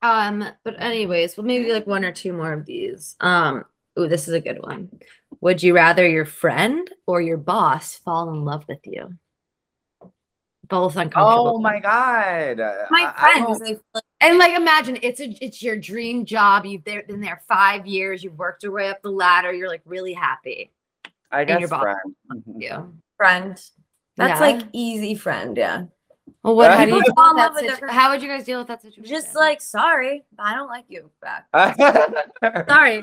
Speaker 5: Um, but anyways, well, maybe like one or two more of these. Um, ooh, this is a good one. Would you rather your friend or your boss fall in love with you? Both uncomfortable.
Speaker 4: Oh my god.
Speaker 5: My
Speaker 4: I- I
Speaker 5: friends,
Speaker 4: don't-
Speaker 5: they fl- and like imagine it's a it's your dream job. You've there been there five years. You've worked your way up the ladder. You're like really happy.
Speaker 4: I
Speaker 5: your
Speaker 4: guess
Speaker 5: boss.
Speaker 4: friend. Mhm.
Speaker 5: Yeah.
Speaker 3: Friend.
Speaker 5: Yeah.
Speaker 3: That's like easy friend. Yeah.
Speaker 5: Well, what? How do you?
Speaker 4: Fall
Speaker 5: deal with that
Speaker 3: in love with
Speaker 5: situ-
Speaker 3: different-
Speaker 5: how would you guys deal with that situation?
Speaker 3: Just like sorry, I don't like you back.
Speaker 5: sorry.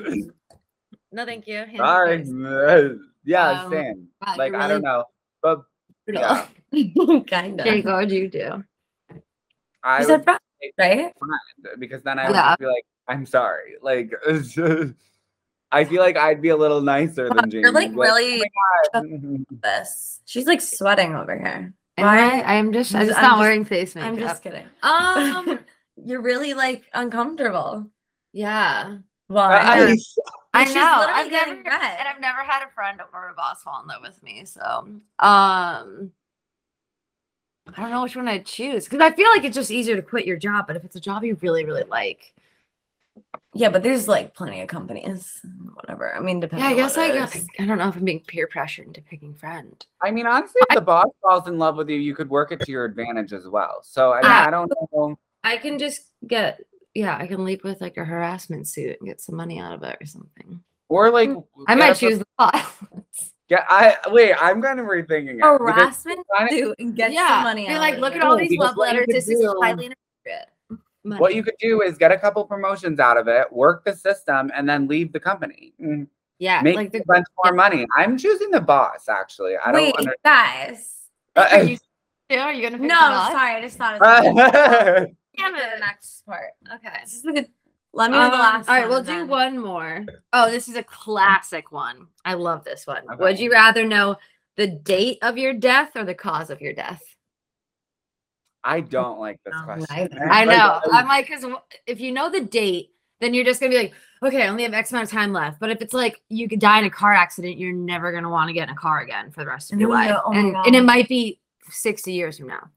Speaker 5: No, thank you. Hand me
Speaker 4: Mm-hmm. Sorry.
Speaker 5: yours.
Speaker 4: Yeah,
Speaker 5: Um,
Speaker 4: same.
Speaker 5: wow,
Speaker 4: like
Speaker 5: you're
Speaker 4: I don't
Speaker 5: really
Speaker 4: know. But yeah,
Speaker 3: kind
Speaker 5: Jake,
Speaker 3: of.
Speaker 5: what would you do?
Speaker 4: I
Speaker 3: You
Speaker 4: would,
Speaker 3: said friend, right?
Speaker 4: because then I would
Speaker 5: Yeah.
Speaker 4: just be like, I'm sorry. Like I feel like I'd be a little
Speaker 5: Uh,
Speaker 4: nicer than James.
Speaker 3: You're like really
Speaker 4: really
Speaker 3: this. She's like sweating over here.
Speaker 5: Am
Speaker 3: Why-
Speaker 5: I, am just. I'm
Speaker 3: I'm
Speaker 5: just
Speaker 3: just-
Speaker 5: not wearing face makeup.
Speaker 3: I'm just kidding.
Speaker 5: Um.
Speaker 3: You're really like uncomfortable.
Speaker 5: yeah.
Speaker 3: Why?
Speaker 4: I,
Speaker 5: I
Speaker 3: She's
Speaker 5: know.
Speaker 3: literally
Speaker 5: I've never,
Speaker 3: getting
Speaker 5: and
Speaker 3: red.
Speaker 5: I've never had a friend or a boss fall in love with me. So, um, I don't know which one I'd choose because I feel like it's just easier to quit your job. But if it's a job you really, really like,
Speaker 3: Yeah, but there's like plenty of companies. Whatever. I mean, depending.
Speaker 5: yeah, I
Speaker 3: on
Speaker 5: guess
Speaker 3: what
Speaker 5: I
Speaker 3: it
Speaker 5: guess
Speaker 3: is.
Speaker 5: I don't know if I'm being peer pressured into picking friend.
Speaker 4: I mean, honestly, if the boss falls in love with you, you could work it to your advantage as well. So I mean,
Speaker 5: Yeah.
Speaker 4: I don't know.
Speaker 5: I can just get yeah, I can leap with like a harassment suit and get some money out of it or something.
Speaker 4: Or like
Speaker 5: Mm, I
Speaker 4: get
Speaker 5: might
Speaker 4: a-
Speaker 5: choose the boss.
Speaker 4: Yeah, I wait. I'm kind of rethinking it.
Speaker 5: Oh,
Speaker 4: because
Speaker 3: Harassment
Speaker 4: honest-
Speaker 3: too, and get
Speaker 5: yeah,
Speaker 3: some money.
Speaker 5: You're
Speaker 3: out
Speaker 5: like,
Speaker 3: of
Speaker 5: look
Speaker 3: it.
Speaker 5: at all
Speaker 4: No,
Speaker 5: these
Speaker 4: because
Speaker 5: love
Speaker 4: what you
Speaker 5: letters.
Speaker 4: could
Speaker 5: This is
Speaker 4: do-
Speaker 5: highly inappropriate.
Speaker 4: What you could do is get a couple promotions out of it, work the system, and then leave the company. Mm,
Speaker 5: yeah,
Speaker 4: Make
Speaker 5: like the
Speaker 4: a bunch more money. I'm choosing the boss, actually. I
Speaker 3: Wait,
Speaker 4: don't under-
Speaker 3: guys. Oh.
Speaker 5: Are
Speaker 4: Uh,
Speaker 5: you, yeah, are you gonna pick
Speaker 3: No, sorry, I just thought it was
Speaker 4: uh,
Speaker 5: Damn it.
Speaker 3: next part.
Speaker 5: Okay.
Speaker 3: This is a good- Let me know the
Speaker 5: Um,
Speaker 3: last.
Speaker 5: all right,
Speaker 3: one
Speaker 5: we'll
Speaker 3: and
Speaker 5: do
Speaker 3: then-
Speaker 5: one more. Oh, this is a classic one. I love this one. Would
Speaker 4: Okay.
Speaker 5: you rather know the date of your death or the cause of your death?
Speaker 4: I don't like this
Speaker 5: Um,
Speaker 3: No,
Speaker 4: question.
Speaker 3: neither.
Speaker 5: I
Speaker 4: Like, um,
Speaker 3: um,
Speaker 5: know.
Speaker 4: I'm-
Speaker 5: I'm like, because if you know the date, then you're just gonna be like, okay, I only have X amount of time left. But if it's like you could die in a car accident, you're never gonna want to get in a car again for the rest of your
Speaker 3: No,
Speaker 5: life,
Speaker 3: no, oh my
Speaker 5: and, and it
Speaker 3: God.
Speaker 5: might be 60 years from now.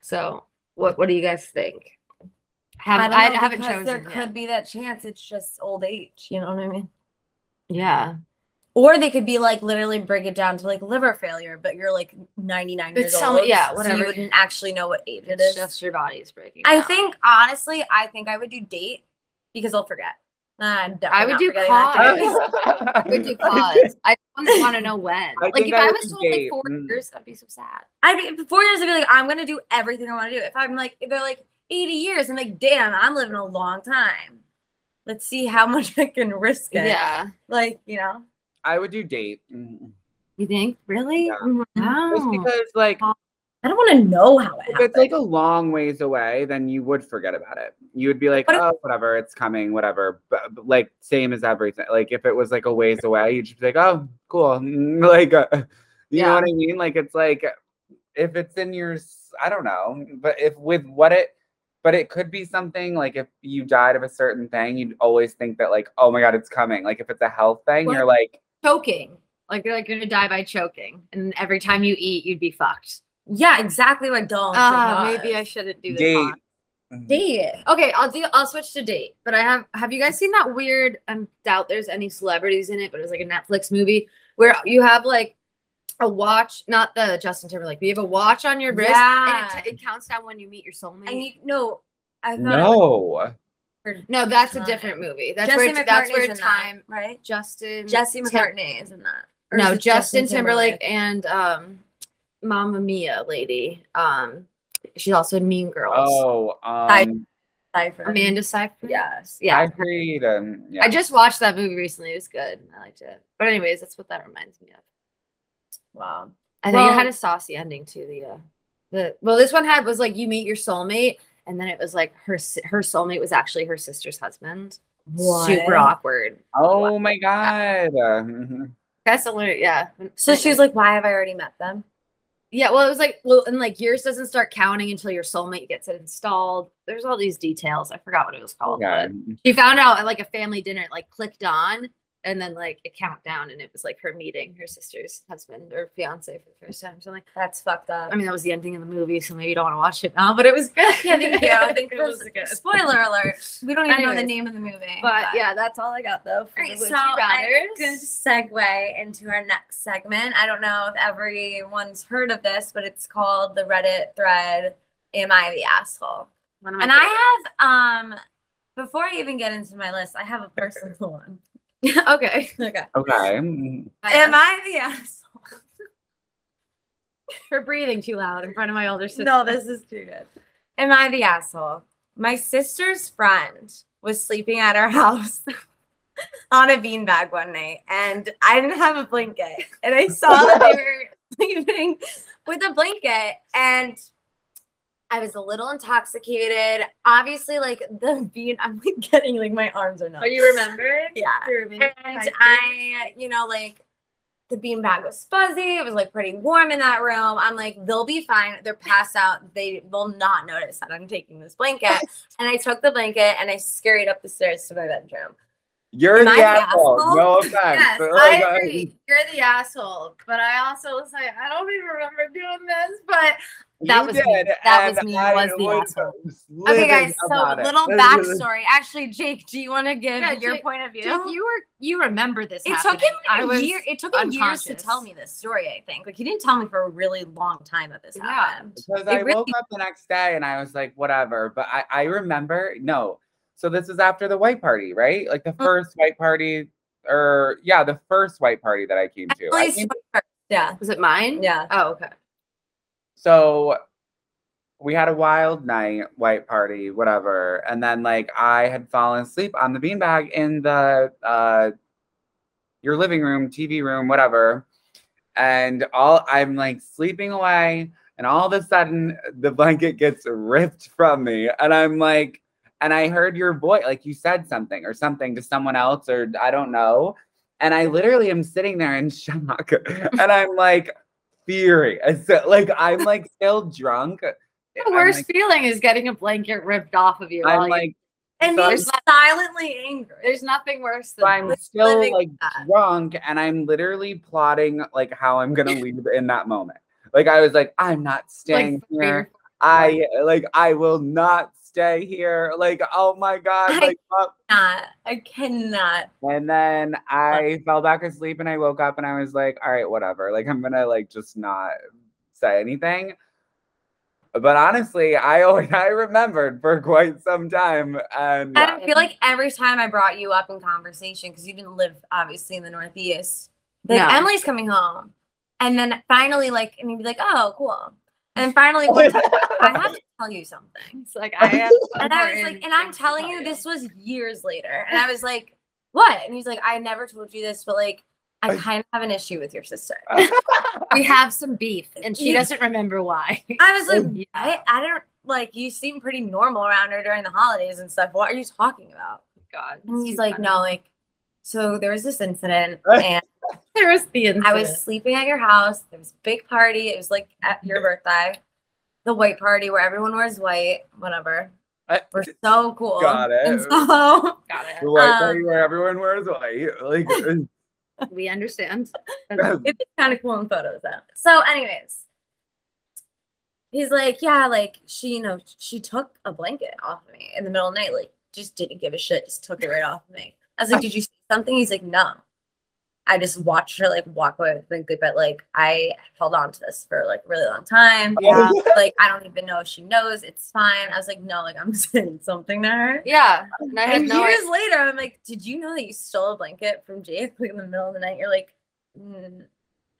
Speaker 5: So, what what do you guys think? Have,
Speaker 3: I,
Speaker 5: I,
Speaker 3: don't know,
Speaker 5: haven't
Speaker 3: because
Speaker 5: chosen.
Speaker 3: There
Speaker 5: yet.
Speaker 3: could be that chance. It's just old age. You know what I mean?
Speaker 5: yeah,
Speaker 3: Or they could be like literally break it down to like liver failure, but you're like 99
Speaker 5: But
Speaker 3: years
Speaker 5: some-
Speaker 3: old.
Speaker 5: yeah,
Speaker 3: So
Speaker 5: whatever.
Speaker 3: you wouldn't actually know what age it
Speaker 5: it's
Speaker 3: is.
Speaker 5: just your body's breaking.
Speaker 3: I
Speaker 5: down.
Speaker 3: think honestly, I think I would do date because I'll forget. I'm definitely
Speaker 5: I would
Speaker 3: not
Speaker 5: do
Speaker 3: forgetting that
Speaker 5: cause.
Speaker 3: date.
Speaker 5: Would you cause? I want to know when. like
Speaker 4: think
Speaker 5: if
Speaker 4: I
Speaker 5: I,
Speaker 4: would
Speaker 5: was
Speaker 4: do
Speaker 5: told like
Speaker 4: date.
Speaker 5: four
Speaker 4: Mm.
Speaker 5: years, I'd be so sad.
Speaker 3: I'd be four years. I'd be like, I'm gonna do everything I want to do. If I'm like, if they're like 80 years, I'm like, damn, I'm living a long time. Let's see how much I can risk it. like you know,
Speaker 4: I would do date. Mm.
Speaker 5: You think? Really?
Speaker 4: Yeah.
Speaker 5: Wow.
Speaker 4: Just because, like,
Speaker 3: I don't want to know how it
Speaker 4: If
Speaker 3: happened.
Speaker 4: it's like a long ways away, then you would forget about it. You would be like,
Speaker 3: But if-
Speaker 4: oh, whatever, it's coming, whatever. But, but, like, same as everything. Like, if it was like a ways away, you'd just be like, oh, cool. Mm, Like, uh, you know
Speaker 5: Yeah.
Speaker 4: what I mean? Like, it's like, if it's in your, s- I don't know, but if with what it, but it could be something like if you died of a certain thing, you'd always think that, like, oh my God, it's coming. Like, if it's a health thing,
Speaker 5: Well,
Speaker 4: you're like,
Speaker 5: Choking. Like you're like you're gonna die by choking. And every time you eat, you'd be fucked.
Speaker 3: yeah, exactly. Like, don't.
Speaker 4: Oh,
Speaker 5: Ah, maybe I Oh, shouldn't do this.
Speaker 4: Date.
Speaker 5: on-
Speaker 4: mm,
Speaker 3: date.
Speaker 5: Okay, I'll do. I'll switch to date. But I have. Have you guys seen that weird? I doubt there's any celebrities in it, but it was like a Netflix movie where you have like a watch, not the Justin Timberlake. But you have a watch on your wrist, and
Speaker 3: Yeah.
Speaker 5: it, t- it counts down when you meet your soulmate.
Speaker 3: And you no, I thought
Speaker 4: no.
Speaker 5: no, that's a
Speaker 3: Not
Speaker 5: different movie. That's
Speaker 3: Jesse
Speaker 5: where. it's- That's
Speaker 3: McCartney's
Speaker 5: where
Speaker 3: in that,
Speaker 5: time.
Speaker 3: right?
Speaker 5: Justin.
Speaker 3: Jesse
Speaker 5: Tim-
Speaker 3: McCartney is in that. Or is
Speaker 5: no,
Speaker 3: it
Speaker 5: Justin Timberlake, and um, Mamma Mia lady. Um, she's also in Mean Girls.
Speaker 4: Oh, um,
Speaker 3: Cypher.
Speaker 5: Amanda Seyfried.
Speaker 3: Yes.
Speaker 5: Yeah.
Speaker 4: I agreed. Um, yeah.
Speaker 5: I just watched that movie recently. It was good. I liked it. But anyways, that's what that reminds me of.
Speaker 3: Wow.
Speaker 5: And then it had
Speaker 3: Well-
Speaker 5: a saucy ending to the uh, the well, this one had was like you meet your soulmate, and then it was like her si- her soulmate was actually her sister's husband. Super awkward.
Speaker 4: Oh my god. Mhm.
Speaker 5: That's a little yeah.
Speaker 3: So she was like, "Why have I already met them?"
Speaker 5: yeah. Well, it was like well, and like yours doesn't start counting until your soulmate gets it installed. There's all these details. I forgot what it was called.
Speaker 4: Yeah.
Speaker 5: but She found out at like a family dinner. It like clicked on, and then like it count down, and it was like her meeting her sister's husband or fiance for the first time. So I'm like.
Speaker 3: That's fucked up.
Speaker 5: I mean, that was the ending of the movie, so maybe you don't want to watch it now, but it was good.
Speaker 3: yeah, thank you. I think
Speaker 5: it
Speaker 3: that's-
Speaker 5: was good.
Speaker 3: Spoiler alert. We don't even know the
Speaker 5: Anyways.
Speaker 3: name of the movie.
Speaker 5: But yeah, that's all I got though. For
Speaker 3: All right,
Speaker 5: the
Speaker 3: so
Speaker 5: Would You
Speaker 3: I-
Speaker 5: Rathers.
Speaker 3: good segue into our next segment. I don't know if everyone's heard of this, but it's called the Reddit thread "Am I the Asshole?"
Speaker 5: One of my
Speaker 3: And I have, um, before I even get into my list, I have a personal one.
Speaker 5: favorites. okay.
Speaker 3: Okay.
Speaker 4: Okay. mhm.
Speaker 3: Am I the asshole?
Speaker 5: for breathing too loud in front of my older sister?
Speaker 3: No, this is too good. Am I the asshole? My sister's friend was sleeping at our house on a beanbag one night, and I didn't have a blanket. And I saw that they were sleeping with a blanket, and I was a little intoxicated. Obviously, like the bean, I'm like getting like my arms are numb.
Speaker 5: Oh, you remember? it?
Speaker 3: Yeah.
Speaker 5: You remember
Speaker 3: And
Speaker 5: it?
Speaker 3: I, you know, like the beanbag was fuzzy. It was like pretty warm in that room. I'm like, they'll be fine. They're passed out. They will not notice that I'm taking this blanket. and I took the blanket and I scurried up the stairs to my bedroom.
Speaker 4: You're
Speaker 3: Am
Speaker 4: the
Speaker 3: I the
Speaker 4: asshole.
Speaker 3: asshole?
Speaker 4: No offense.
Speaker 5: Yes,
Speaker 4: Oh my
Speaker 5: I
Speaker 4: God.
Speaker 5: agree. You're the asshole. But I also was like, I don't even remember doing this, but That
Speaker 4: You
Speaker 5: was me.
Speaker 4: did,
Speaker 5: That was
Speaker 4: and
Speaker 5: me,
Speaker 4: I
Speaker 5: was the
Speaker 4: was
Speaker 5: asshole.
Speaker 3: Okay,
Speaker 4: living
Speaker 3: guys. So
Speaker 4: about it.
Speaker 3: little backstory. Actually, Jake, do you want to give
Speaker 5: Yeah,
Speaker 3: your
Speaker 5: Jake-
Speaker 3: point of view?
Speaker 5: Dude, you were you remember this.
Speaker 3: it took him
Speaker 5: I
Speaker 3: a
Speaker 5: was
Speaker 3: year. It took him years to
Speaker 5: unconscious.
Speaker 3: tell me this story. I think like he didn't tell me for a really long time that this
Speaker 5: Yeah.
Speaker 3: happened.
Speaker 4: Because
Speaker 3: It
Speaker 4: I woke up the next day and I was like, whatever. But I, I remember, no. So this was after the white party, right? Like
Speaker 5: Mm-hmm.
Speaker 4: the first white party, or yeah, the first white party that I came to. I
Speaker 3: Emily's
Speaker 4: came
Speaker 3: first, yeah,
Speaker 5: Was it mine?
Speaker 3: yeah.
Speaker 5: Oh, okay.
Speaker 4: So we had a wild night, white party, whatever. And then like I had fallen asleep on the beanbag in the uh your living room, TV room, whatever. And all I'm like sleeping away, and all of a sudden the blanket gets ripped from me. And I'm like, and I heard your voice, like you said something or something to someone else, or I don't know. And I literally am sitting there in shock. and I'm like furious. Like I'm like still drunk.
Speaker 5: The worst feeling is getting a blanket ripped off of you.
Speaker 4: I'm like,
Speaker 5: while
Speaker 4: I'm,
Speaker 5: you-
Speaker 4: like
Speaker 3: And
Speaker 4: So-
Speaker 3: being silently angry.
Speaker 5: there's nothing worse
Speaker 4: so
Speaker 5: than
Speaker 4: I'm
Speaker 5: that.
Speaker 4: still
Speaker 3: living
Speaker 4: like
Speaker 3: that.
Speaker 4: drunk and I'm literally plotting like how I'm gonna leave in that moment. Like I was like, I'm not staying
Speaker 5: like three
Speaker 4: here.
Speaker 5: or
Speaker 4: I like I will not stay here. Like, oh my god.
Speaker 3: I-
Speaker 4: Like fuck.
Speaker 3: cannot. I cannot.
Speaker 4: and then I fell back asleep and I woke up and I was like, all right, whatever. Like I'm gonna like just not say anything. But honestly, I always I remembered for quite some time. And
Speaker 3: I
Speaker 4: yeah.
Speaker 3: don't feel like every time I brought you up in conversation because you didn't live obviously in the Northeast. Like
Speaker 5: No.
Speaker 3: Emily's coming home, and then finally, like, and you'd be like, "Oh, cool," and then finally, one time, I have to tell you something.
Speaker 5: It's like I have.
Speaker 3: And I was like, and I'm telling you, this was years later. And I was like, what? And he's like, I never told you this, but like, I kind of have an issue with your sister.
Speaker 5: we have some beef, and she
Speaker 3: Yeah.
Speaker 5: doesn't remember why.
Speaker 3: I was like,
Speaker 5: Yeah.
Speaker 3: I, I don't like you seem pretty normal around her during the holidays and stuff. What are you talking about?
Speaker 5: God.
Speaker 3: And
Speaker 5: it's
Speaker 3: he's
Speaker 5: too
Speaker 3: like,
Speaker 5: funny.
Speaker 3: no, like, so there was this incident, and
Speaker 5: There was the incident.
Speaker 3: I was sleeping at your house. There was a big party. It was like at your birthday, the white party where everyone wears white, whatever.
Speaker 4: I-
Speaker 3: We're so cool.
Speaker 4: Got it.
Speaker 3: And so
Speaker 5: Got it.
Speaker 4: The white
Speaker 3: Um,
Speaker 4: party where "Oh, everyone wears white. Like,
Speaker 5: We understand.
Speaker 3: it's kind of cool in photos though. So, anyways, he's like, yeah, like she, you know, she took a blanket off of me in the middle of the night, like just didn't give a shit, just took it right off of me. I was like, did you see something? He's like, no. I just watched her like walk away with Brinkley, but like I held on to this for like a really long time.
Speaker 5: Yeah.
Speaker 3: Like I don't even know if she knows. It's fine. I was like, no, like I'm saying something to her.
Speaker 5: Yeah. And I had
Speaker 3: And
Speaker 5: no
Speaker 3: years
Speaker 5: idea.
Speaker 3: later, I'm like, did you know that you stole a blanket from Jake like, in the middle of the night? You're like, "Mm,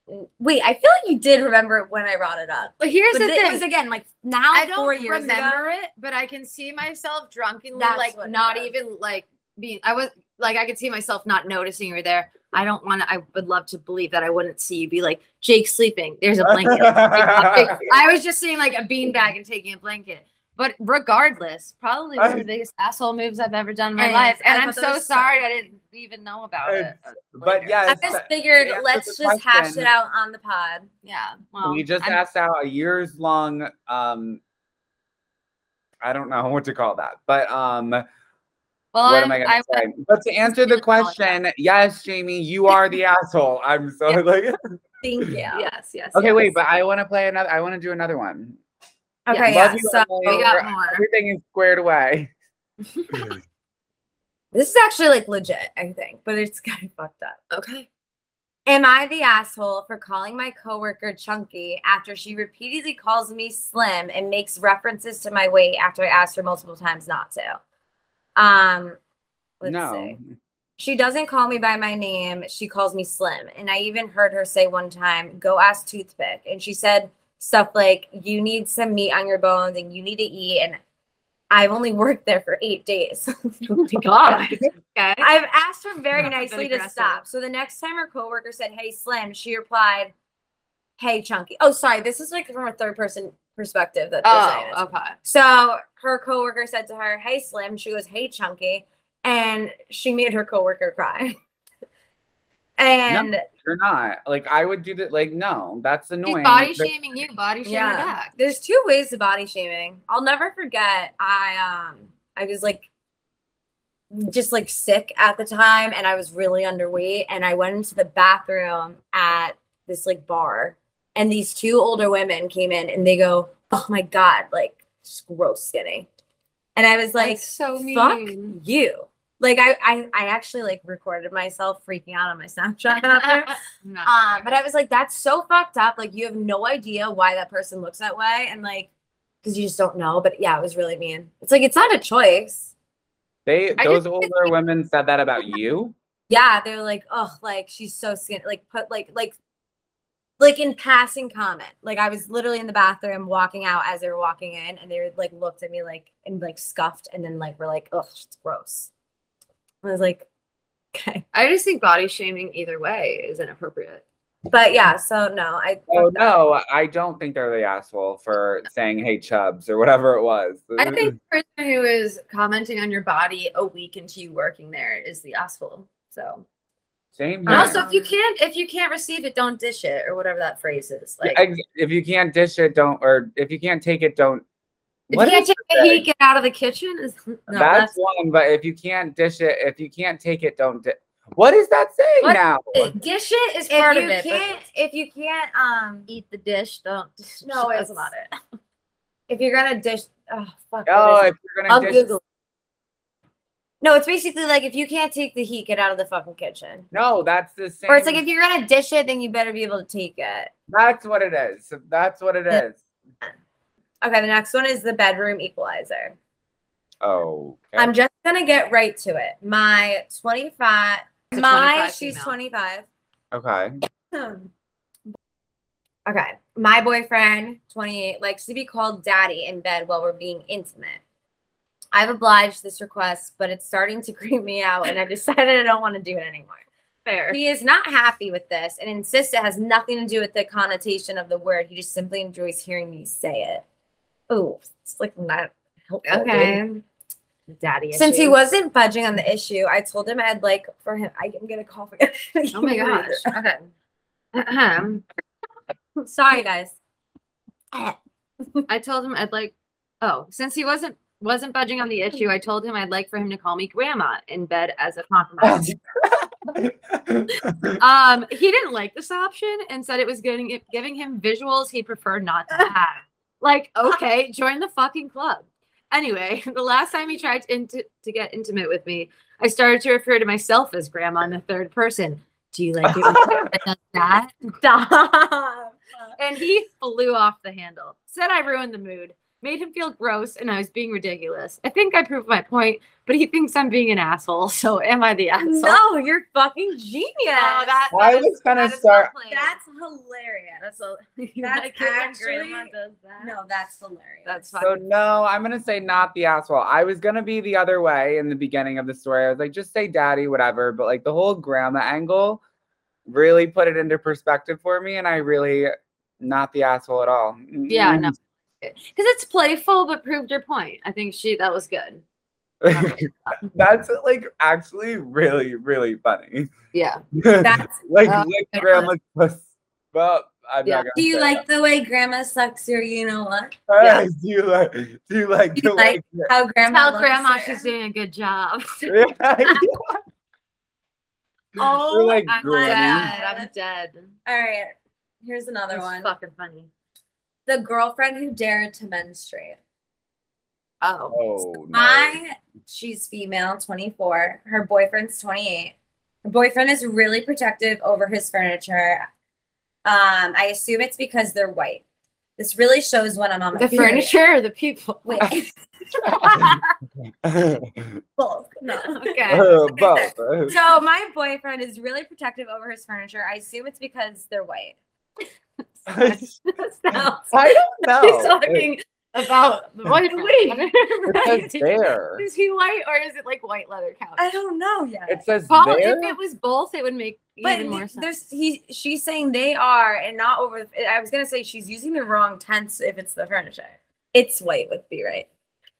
Speaker 3: mm." wait, I feel like you did remember when I brought it up.
Speaker 5: But here's
Speaker 3: But
Speaker 5: the
Speaker 3: it
Speaker 5: thing.
Speaker 3: was again like now
Speaker 5: I don't
Speaker 3: four years ago.
Speaker 5: remember it, but I can see myself drunkenly,
Speaker 3: That's
Speaker 5: like
Speaker 3: what it
Speaker 5: not
Speaker 3: was.
Speaker 5: even like being. I was like, I could see myself not noticing you were there. I don't want to. I would love to believe that I wouldn't see you be like Jake sleeping. There's a blanket. Like, I was just seeing like a beanbag and taking a blanket. But regardless, probably one of the biggest asshole moves I've ever done in my
Speaker 3: And
Speaker 5: life,
Speaker 3: I
Speaker 5: and
Speaker 3: thought
Speaker 5: I'm
Speaker 3: that
Speaker 5: so
Speaker 3: was so-
Speaker 5: sorry I didn't even know about it.
Speaker 4: It's- but
Speaker 3: I
Speaker 4: yes,
Speaker 3: just
Speaker 4: that-
Speaker 3: figured
Speaker 4: answered
Speaker 3: let's
Speaker 4: the
Speaker 3: just hash
Speaker 4: question.
Speaker 3: it out on the pod.
Speaker 5: Yeah. Well,
Speaker 4: we just
Speaker 5: I'm-
Speaker 4: asked out a years long um I don't know what to call that, but um,
Speaker 5: well,
Speaker 4: what am I
Speaker 5: I'm-
Speaker 4: gonna
Speaker 5: I
Speaker 4: say? But to answer the
Speaker 5: gonna call it that.
Speaker 4: question, yes, Jamie, you are the asshole. I'm so
Speaker 5: Yeah.
Speaker 4: like.
Speaker 3: Thank you.
Speaker 5: Yes. Yes.
Speaker 4: Okay,
Speaker 5: yes.
Speaker 4: wait, but I want to play another. I want to do another one. Love
Speaker 3: Okay, yeah.
Speaker 4: you,
Speaker 3: So
Speaker 4: Emily.
Speaker 5: we got more.
Speaker 4: Everything is squared away.
Speaker 3: this is actually like legit, I think, but it's kind of fucked up.
Speaker 5: Okay.
Speaker 3: Am I the asshole for calling my coworker chunky after she repeatedly calls me slim and makes references to my weight after I asked her multiple times not to? Um, let's
Speaker 4: no,
Speaker 3: see. She doesn't call me by my name. She calls me slim. And I even heard her say one time, "Go ask toothpick," and she said stuff like, "You need some meat on your bones, and you need to eat." And I've only worked there for eight days.
Speaker 5: Oh my God. Okay.
Speaker 3: I've asked her very
Speaker 5: Not been
Speaker 3: nicely to
Speaker 5: aggressive.
Speaker 3: stop. So the next time her coworker said, "Hey Slim," she replied, "Hey Chunky." Oh, sorry, this is like from a third person perspective that they're saying this.
Speaker 5: Oh, okay.
Speaker 3: So her coworker said to her, "Hey Slim," she goes, "Hey Chunky," and she made her coworker cry. and
Speaker 4: you're not. Like I would do that. Like no, that's annoying.
Speaker 5: She's body
Speaker 4: But-
Speaker 5: shaming you, body shaming
Speaker 3: Yeah.
Speaker 5: back.
Speaker 3: there's two ways to body shaming. I'll never forget. I um I was like just like sick at the time and I was really underweight and I went into the bathroom at this like bar and these two older women came in and they go, "Oh my god, like just gross skinny." And I was like,
Speaker 5: That's so
Speaker 3: "Fuck
Speaker 5: mean.
Speaker 3: you." Like I, I I actually like recorded myself freaking out on my Snapchat after.
Speaker 5: No.
Speaker 3: Um, but I was like, that's so fucked up. Like, you have no idea why that person looks that way. And like, because you just don't know. But yeah, it was really mean. It's like, it's not a choice.
Speaker 4: They
Speaker 5: I
Speaker 4: those
Speaker 5: just-
Speaker 4: older women said that about you.
Speaker 3: Yeah. They're like, oh, like, she's so skinny. Like, put like, like, like in passing comment. Like, I was literally in the bathroom walking out as they were walking in and they were like, looked at me like, and like scuffed. And then like, we're like, oh, it's gross. I was like, okay.
Speaker 5: I just think body shaming either way is inappropriate.
Speaker 3: But yeah, so no, I,
Speaker 4: Oh no, I don't think they're the asshole for saying "Hey Chubs" or whatever it was.
Speaker 5: I think the person who is commenting on your body a week into you working there is the asshole. So
Speaker 4: same.
Speaker 5: and
Speaker 4: Here.
Speaker 5: also if you can't if you can't receive it, don't dish it or whatever that phrase is.
Speaker 4: Yeah,
Speaker 5: Like
Speaker 4: ex- if you can't dish it, don't. Or if you can't take it, don't.
Speaker 5: if
Speaker 4: What
Speaker 5: you can't
Speaker 4: is
Speaker 5: take
Speaker 4: that?
Speaker 5: the heat, get out of the kitchen is no,
Speaker 4: that's, one. But if you can't dish it, if you can't take it, don't. Di- what is that saying
Speaker 5: What
Speaker 4: now?
Speaker 5: that's- dish it is part
Speaker 3: if
Speaker 5: of
Speaker 3: you
Speaker 5: it. but
Speaker 3: can't, if you can't, um,
Speaker 5: eat the dish, don't
Speaker 3: No,
Speaker 5: that's
Speaker 3: it's-
Speaker 5: not it.
Speaker 3: if you're gonna dish, oh fuck. what
Speaker 4: Oh,
Speaker 3: is it?
Speaker 4: if you're gonna
Speaker 3: I'll
Speaker 4: dish,
Speaker 3: Google. it. No, it's basically like if you can't take the heat, get out of the fucking kitchen.
Speaker 4: no, that's the same.
Speaker 3: Or it's like if you're gonna dish it, then you better be able to take it.
Speaker 4: that's what it is. That's what it
Speaker 3: Yeah.
Speaker 4: is.
Speaker 3: Okay, the next one is the bedroom equalizer.
Speaker 4: Oh,
Speaker 3: I'm just gonna get right to it. My 25,
Speaker 5: It's a
Speaker 3: my
Speaker 5: 25
Speaker 3: she's
Speaker 5: female.
Speaker 3: 25.
Speaker 4: okay.
Speaker 3: okay, my boyfriend, 28, likes to be called daddy in bed while we're being intimate. I've obliged this request, but it's starting to creep me out, and I've decided I don't want to do it anymore.
Speaker 5: Fair.
Speaker 3: He is not happy with this and insists it has nothing to do with the connotation of the word. He just simply enjoys hearing me say it. Oh, it's like not helpful. dude.
Speaker 5: Okay. Daddy.
Speaker 3: Since he
Speaker 5: issues.
Speaker 3: wasn't budging on the issue, I told him I'd like for him. I can get a coffee.
Speaker 5: Oh my gosh. Okay. Ahem.
Speaker 3: Sorry, guys.
Speaker 5: I told him I'd like. Oh, since he wasn't wasn't budging on the issue, I told him I'd like for him to call me grandma in bed as a compromise. um, he didn't like this option and said it was giving giving him visuals he preferred not to have. Like, okay, join the fucking club. Anyway, the last time he tried to, inti- to get intimate with me, I started to refer to myself as grandma in the third person. Do you like it when someone does that?
Speaker 3: Stop.
Speaker 5: And he flew off the handle. Said I ruined the mood, made him feel gross, and I was being ridiculous. I think I proved my point, but he thinks I'm being an asshole. So am I the asshole?
Speaker 3: No, you're fucking genius.
Speaker 5: No, that-
Speaker 4: Well, I
Speaker 5: that is-
Speaker 4: Oh, was gonna
Speaker 5: that is well
Speaker 4: start-
Speaker 5: played.
Speaker 3: That's hilarious. That's a,
Speaker 5: That's
Speaker 3: that's actually
Speaker 5: grandma does that.
Speaker 3: no. That's hilarious.
Speaker 5: That's
Speaker 4: So no, I'm gonna say not the asshole. I was gonna be the other way in the beginning of the story. I was like, just say daddy, whatever. But like the whole grandma angle really put it into perspective for me, and I really not the asshole at all.
Speaker 5: Yeah, no. Because it's playful, but proved your point. I think she that was good.
Speaker 4: That's like actually really, really funny.
Speaker 5: Yeah.
Speaker 3: That's.
Speaker 4: like
Speaker 5: Oh,
Speaker 4: lick
Speaker 5: God.
Speaker 4: grandma's puss. Well, I'm
Speaker 5: Yeah.
Speaker 4: not gonna
Speaker 3: Do you
Speaker 4: say
Speaker 3: like the way Grandma sucks your? You know what?
Speaker 4: that.
Speaker 5: yeah.
Speaker 4: Do you like? Do you like?
Speaker 3: You
Speaker 4: the way
Speaker 3: like
Speaker 4: gra-
Speaker 3: How Grandma?
Speaker 5: Tell
Speaker 3: looks
Speaker 5: grandma
Speaker 3: her?
Speaker 5: she's doing a good job.
Speaker 3: Oh,
Speaker 4: You're like
Speaker 5: I'm
Speaker 4: granny.
Speaker 5: dead. I'm dead.
Speaker 3: All right. Here's another
Speaker 5: That's
Speaker 3: one.
Speaker 5: fucking funny.
Speaker 3: The girlfriend who dared to menstruate.
Speaker 5: Oh.
Speaker 4: Oh, no.
Speaker 3: My, she's female, 24. Her boyfriend's 28. Her boyfriend is really protective over his furniture. Um, I assume it's because they're white. This really shows when I'm on my
Speaker 5: The
Speaker 3: period.
Speaker 5: furniture or the people?
Speaker 3: Wait, both. No.
Speaker 5: okay.
Speaker 4: Uh, both.
Speaker 3: So my boyfriend is really protective over his furniture. I assume it's because they're white. Oh,
Speaker 5: Now
Speaker 4: I don't
Speaker 5: She's
Speaker 4: know. Oh, It-
Speaker 5: talking about the boyfriend.
Speaker 4: It says
Speaker 5: Right.
Speaker 4: there.
Speaker 5: Is he white or is it like white leather couch?
Speaker 3: I don't know yet.
Speaker 4: It says
Speaker 5: Paul,
Speaker 4: there.
Speaker 5: if it was both, it would make
Speaker 3: but
Speaker 5: even more
Speaker 3: th-
Speaker 5: sense.
Speaker 3: there's he she's saying they are and not over I was gonna say she's using the wrong tense if it's the furniture. It's white would be right.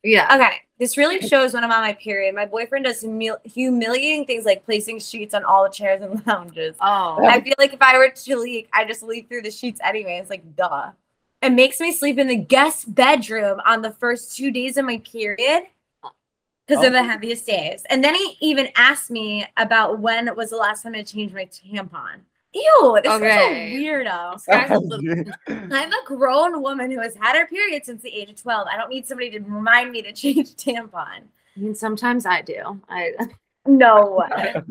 Speaker 5: Yeah.
Speaker 3: Okay. This really shows when I'm on my period. My boyfriend does humil- humiliating things like placing sheets on all the chairs and lounges.
Speaker 5: Oh.
Speaker 3: I feel like if I were to leak, I just leak through the sheets anyway. It's like, duh. It makes me sleep in the guest bedroom on the first two days of my period because of
Speaker 4: Oh.
Speaker 3: the heaviest days. And then he even asked me about when was the last time I changed my tampon. Ew, this
Speaker 5: Okay.
Speaker 3: is a weirdo.
Speaker 5: Sky's a little-
Speaker 3: I'm a grown woman who has had her period since the age of 12. I don't need somebody to remind me to change tampon.
Speaker 5: I mean, sometimes I do. I
Speaker 3: No.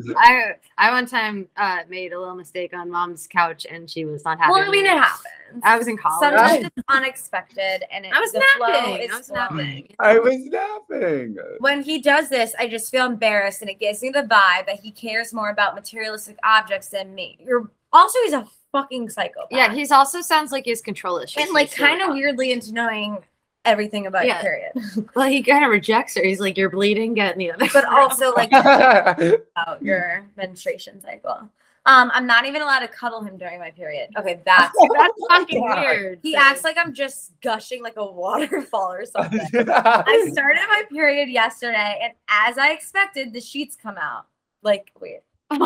Speaker 5: I I one time uh, made a little mistake on mom's couch and she was not happy.
Speaker 3: well, I
Speaker 5: with
Speaker 3: mean, it happens.
Speaker 5: I was in college.
Speaker 3: Sometimes it's unexpected and it,
Speaker 5: I was
Speaker 3: the flow
Speaker 5: napping.
Speaker 3: is
Speaker 5: I was
Speaker 3: slow.
Speaker 5: napping.
Speaker 4: I was laughing.
Speaker 3: When he does this, I just feel embarrassed, and it gives me the vibe that he cares more about materialistic objects than me. You're also he's a fucking psychopath.
Speaker 5: Yeah, he's also sounds like he has control issues.
Speaker 3: and like
Speaker 5: He's really
Speaker 3: kind of
Speaker 5: odd.
Speaker 3: weirdly into knowing everything about
Speaker 5: Yeah.
Speaker 3: your period,
Speaker 5: Well, he kind of rejects her. He's like, "You're bleeding, get in the other."
Speaker 3: but
Speaker 5: room."
Speaker 3: also like
Speaker 4: That's
Speaker 3: about your menstruation cycle. Um, I'm not even allowed to cuddle him during my period. Okay, that's
Speaker 5: that's
Speaker 4: oh
Speaker 5: fucking weird.
Speaker 3: he
Speaker 5: dude.
Speaker 3: acts like I'm just gushing like a waterfall or something. I started my period yesterday, and as I expected, the sheets come out. Like, wait.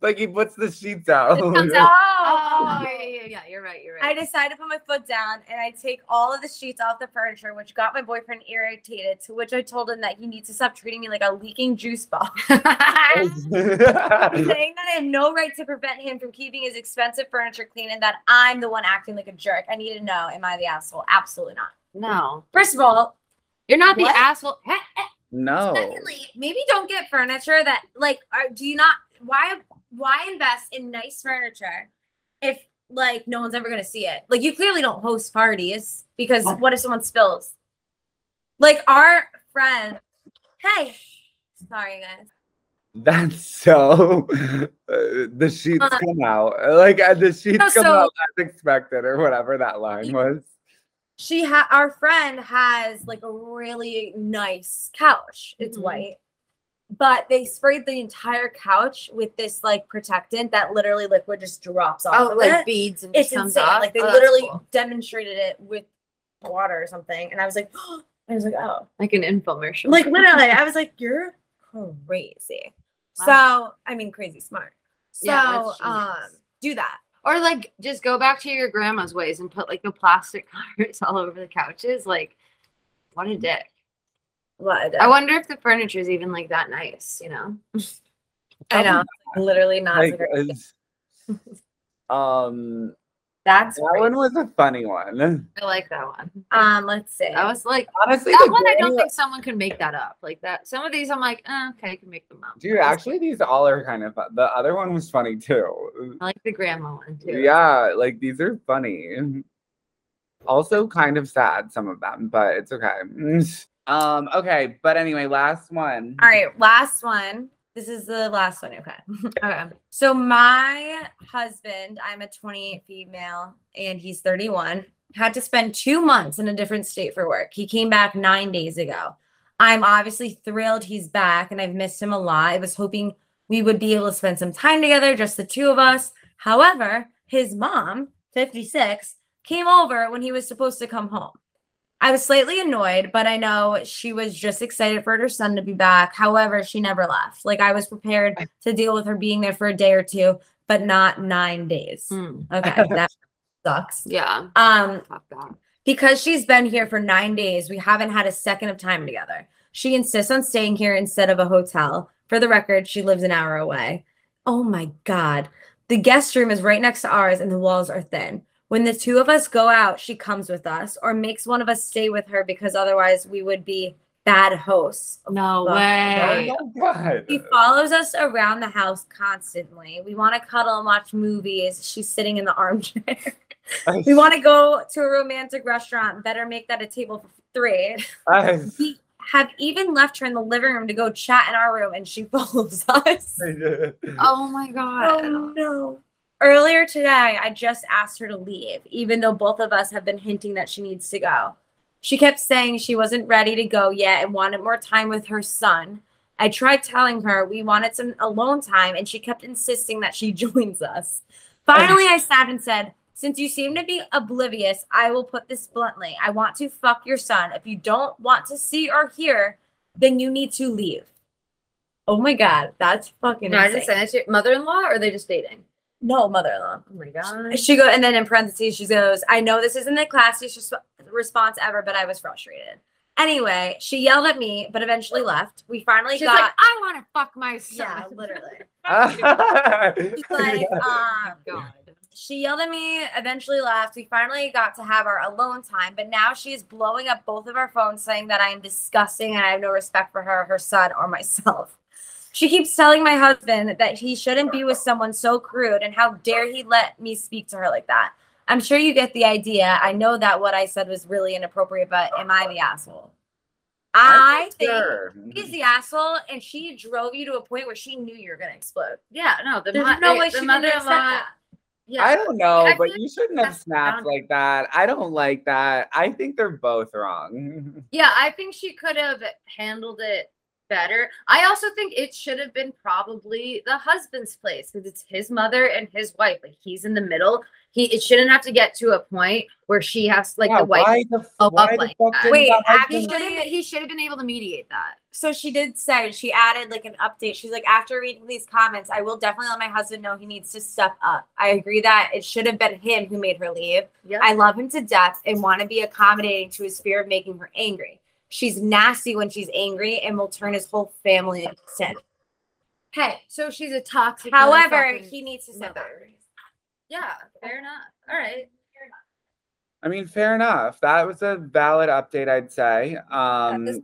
Speaker 4: Like he puts the sheets out.
Speaker 5: It comes out. Oh, yeah, yeah, yeah, yeah. You're right. You're
Speaker 3: I
Speaker 5: right.
Speaker 3: decide to put my foot down and I take all of the sheets off the furniture, which got my boyfriend irritated. To which I told him that he needs to stop treating me like a leaking juice box, saying that I have no right to prevent him from keeping his expensive furniture clean and that I'm the one acting like a jerk. I need to know, am I the asshole? Absolutely not.
Speaker 5: no,
Speaker 3: First of all,
Speaker 5: you're not the
Speaker 3: What?
Speaker 5: asshole. Oh.
Speaker 4: no.
Speaker 3: secondly, maybe don't get furniture that like. Are, do you not? Why? Why invest in nice furniture if like no one's ever gonna see it? Like you clearly don't host parties because what if someone spills? Like our friend. Hey, sorry guys.
Speaker 4: That's so. uh, the sheets
Speaker 3: Uh,
Speaker 4: come out. Like uh, the sheets
Speaker 3: no,
Speaker 4: come
Speaker 3: so-
Speaker 4: out as expected, or whatever that line was.
Speaker 3: She ha our friend has like a really nice couch. It's
Speaker 5: Mhm.
Speaker 3: white. but they sprayed the entire couch with this like protectant that literally liquid just drops off.
Speaker 5: Oh,
Speaker 3: of
Speaker 5: like
Speaker 3: it.
Speaker 5: beads and
Speaker 3: it's
Speaker 5: just comes
Speaker 3: insane.
Speaker 5: off?
Speaker 3: Like they
Speaker 5: Oh, that's
Speaker 3: literally
Speaker 5: cool.
Speaker 3: demonstrated it with water or something, and I was like, I was like, oh,
Speaker 5: like an infomercial.
Speaker 3: like literally, I was like, you're crazy.
Speaker 5: Wow.
Speaker 3: So I mean, crazy smart. So
Speaker 5: Yeah, that's
Speaker 3: um,
Speaker 5: genius.
Speaker 3: do that.
Speaker 5: or like just go back to your grandma's ways and put like the plastic covers all over the couches. Like, what a dick.
Speaker 3: What
Speaker 5: I wonder if the furniture is even like that nice, you know?
Speaker 3: I know, literally not.
Speaker 4: Like,
Speaker 3: very-
Speaker 4: it's- um,
Speaker 5: That's
Speaker 4: that
Speaker 5: great.
Speaker 4: one was a funny one.
Speaker 5: I like that one.
Speaker 3: um, let's see.
Speaker 5: I was like,
Speaker 4: Honestly,
Speaker 5: that
Speaker 4: the
Speaker 5: one I don't
Speaker 4: video-
Speaker 5: think someone can make that up. Like that, some of these I'm like, uh, okay, I can make them up.
Speaker 4: Dude, actually, these all are kind of fun. The other one was funny too.
Speaker 5: I like the grandma one too.
Speaker 4: Yeah, like these are funny. Also, kind of sad, some of them, but it's okay. Um, okay, but anyway, last one.
Speaker 3: All right, last one. This is the last one. Okay.
Speaker 5: Okay.
Speaker 3: So my husband, I'm a 28 female and he's 31, had to spend two months in a different state for work. He came back nine days ago. I'm obviously thrilled he's back and I've missed him a lot. I was hoping we would be able to spend some time together, just the two of us. However, his mom, 56, came over when he was supposed to come home. I was slightly annoyed, but I know she was just excited for her son to be back. However, she never left. Like I was prepared to deal with her being there for a day or two, but not nine days.
Speaker 5: Hmm.
Speaker 3: Okay, that sucks.
Speaker 5: Yeah.
Speaker 3: Um,
Speaker 5: Fuck that.
Speaker 3: because she's been here for nine days, we haven't had a second of time together. She insists on staying here instead of a hotel. For the record, she lives an hour away. Oh my God. The guest room is right next to ours and the walls are thin. When the two of us go out, she comes with us or makes one of us stay with her because otherwise we would be bad hosts.
Speaker 5: No
Speaker 3: Fuck
Speaker 5: way.
Speaker 4: Oh my god.
Speaker 3: She follows us around the house constantly. We want to cuddle and watch movies. She's sitting in the armchair. We want to go to a romantic restaurant. Better make that a table for three. We have even left her in the living room to go chat in our room, and she follows us.
Speaker 5: Oh my god.
Speaker 3: Oh no. Earlier today, I just asked her to leave, even though both of us have been hinting that she needs to go. She kept saying she wasn't ready to go yet and wanted more time with her son. I tried telling her we wanted some alone time, and she kept insisting that she joins us. Finally, I snapped and said, Since you seem to be oblivious, I will put this bluntly. I want to fuck your son. If you don't want to see or hear, then you need to leave. Oh my God, that's fucking
Speaker 5: Can I
Speaker 3: insane.
Speaker 5: just send it to your mother-in-law, or are they just dating?
Speaker 3: No, mother-in-law.
Speaker 5: Oh my god.
Speaker 3: She go and then in parentheses she goes, "I know this isn't the classiest res- response ever, but I was frustrated." Anyway, she yelled at me, but eventually left. We finally
Speaker 5: She's
Speaker 3: got
Speaker 5: like, I want to fuck my son.
Speaker 3: yeah, literally. She's like,
Speaker 4: Like,
Speaker 5: Oh
Speaker 3: um, she yelled at me. Eventually left. We finally got to have our alone time, but now she is blowing up both of our phones, saying that I am disgusting and I have no respect for her, her son, or myself. She keeps telling my husband that he shouldn't be with someone so crude and how dare he let me speak to her like that. I'm sure you get the idea. I know that what I said was really inappropriate, but am I the asshole? I think he's the asshole, and she drove you to a point where she knew you were going to explode.
Speaker 5: Yeah, no, the,
Speaker 3: There's
Speaker 5: mo-
Speaker 3: no
Speaker 5: the-
Speaker 3: way
Speaker 5: the
Speaker 3: she couldn't accept
Speaker 5: mother-in-law.
Speaker 3: that.
Speaker 5: Yeah,
Speaker 4: I don't know,
Speaker 5: I
Speaker 4: but
Speaker 5: feel
Speaker 4: you shouldn't have
Speaker 5: that's
Speaker 4: snapped
Speaker 5: bound-
Speaker 4: like that. I don't like that. I think they're both wrong.
Speaker 5: Yeah, I think she could have handled it better. I also think it should have been probably the husband's place because it's his mother and his wife. Like he's in the middle. He it shouldn't have to get to a point where she has like
Speaker 4: Yeah,
Speaker 5: the wife.
Speaker 4: why the,
Speaker 5: up
Speaker 4: why the
Speaker 5: like
Speaker 4: fuck
Speaker 5: that.
Speaker 4: didn't
Speaker 3: Wait,
Speaker 4: that happen?
Speaker 5: He should have he should have been able to mediate that.
Speaker 3: so she did say she added like an update. She's like, after reading these comments, I will definitely let my husband know he needs to step up. I agree that it should have been him who made her leave.
Speaker 5: Yeah.
Speaker 3: I love him to death and want to be accommodating to his fear of making her angry. She's nasty when she's angry and will turn his whole family into sin. Hey,
Speaker 5: so she's a toxic.
Speaker 3: however,
Speaker 5: motherfucking-
Speaker 3: he needs to set
Speaker 5: mother.
Speaker 3: boundaries.
Speaker 5: yeah, fair enough. All right.
Speaker 4: I mean, fair enough. That was a valid update, I'd say. Um,
Speaker 5: this-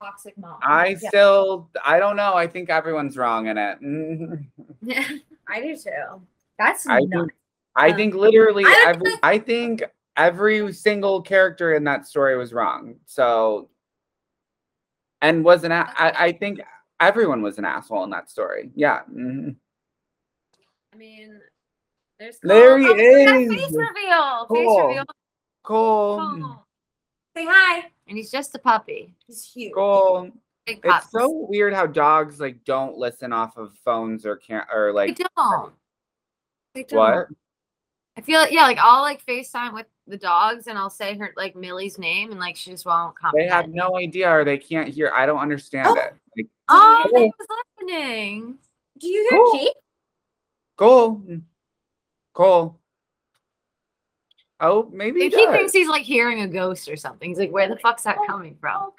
Speaker 5: Toxic mom.
Speaker 4: I
Speaker 3: yeah.
Speaker 4: still, I don't know. I think everyone's wrong in it. Mm.
Speaker 3: I do too.
Speaker 5: That's
Speaker 4: I
Speaker 5: not.
Speaker 4: think, I
Speaker 5: Um,
Speaker 4: think literally,
Speaker 3: I don't
Speaker 4: every, I think every single character in that story was wrong. So, and was an, a- I, I think everyone was an asshole in that story. Yeah. Mhm.
Speaker 5: I mean, there's
Speaker 4: There he
Speaker 5: Oh, we got a
Speaker 4: is.
Speaker 5: Face reveal. Face
Speaker 4: Cool.
Speaker 5: reveal.
Speaker 4: Cool.
Speaker 5: Cool.
Speaker 3: Say hi.
Speaker 5: And he's just a puppy.
Speaker 3: He's huge.
Speaker 4: Cool.
Speaker 5: big
Speaker 4: It's
Speaker 5: pops.
Speaker 4: so weird how dogs like don't listen off of phones or can't or
Speaker 5: I
Speaker 4: like
Speaker 5: don't. I don't.
Speaker 4: what?
Speaker 5: I feel yeah, like I'll like FaceTime with the dogs and I'll say her like Millie's name and like she just won't
Speaker 4: They
Speaker 5: comprehend.
Speaker 4: have no idea or they can't hear. I don't understand
Speaker 3: Oh.
Speaker 4: it. Like,
Speaker 5: Oh, I was listening.
Speaker 3: Do you hear
Speaker 4: Cool.
Speaker 3: Kate?
Speaker 4: Cole, Cole. Oh, maybe he
Speaker 5: Dude, he
Speaker 4: does.
Speaker 5: thinks he's like hearing a ghost or something. He's like, where the fuck's that coming from?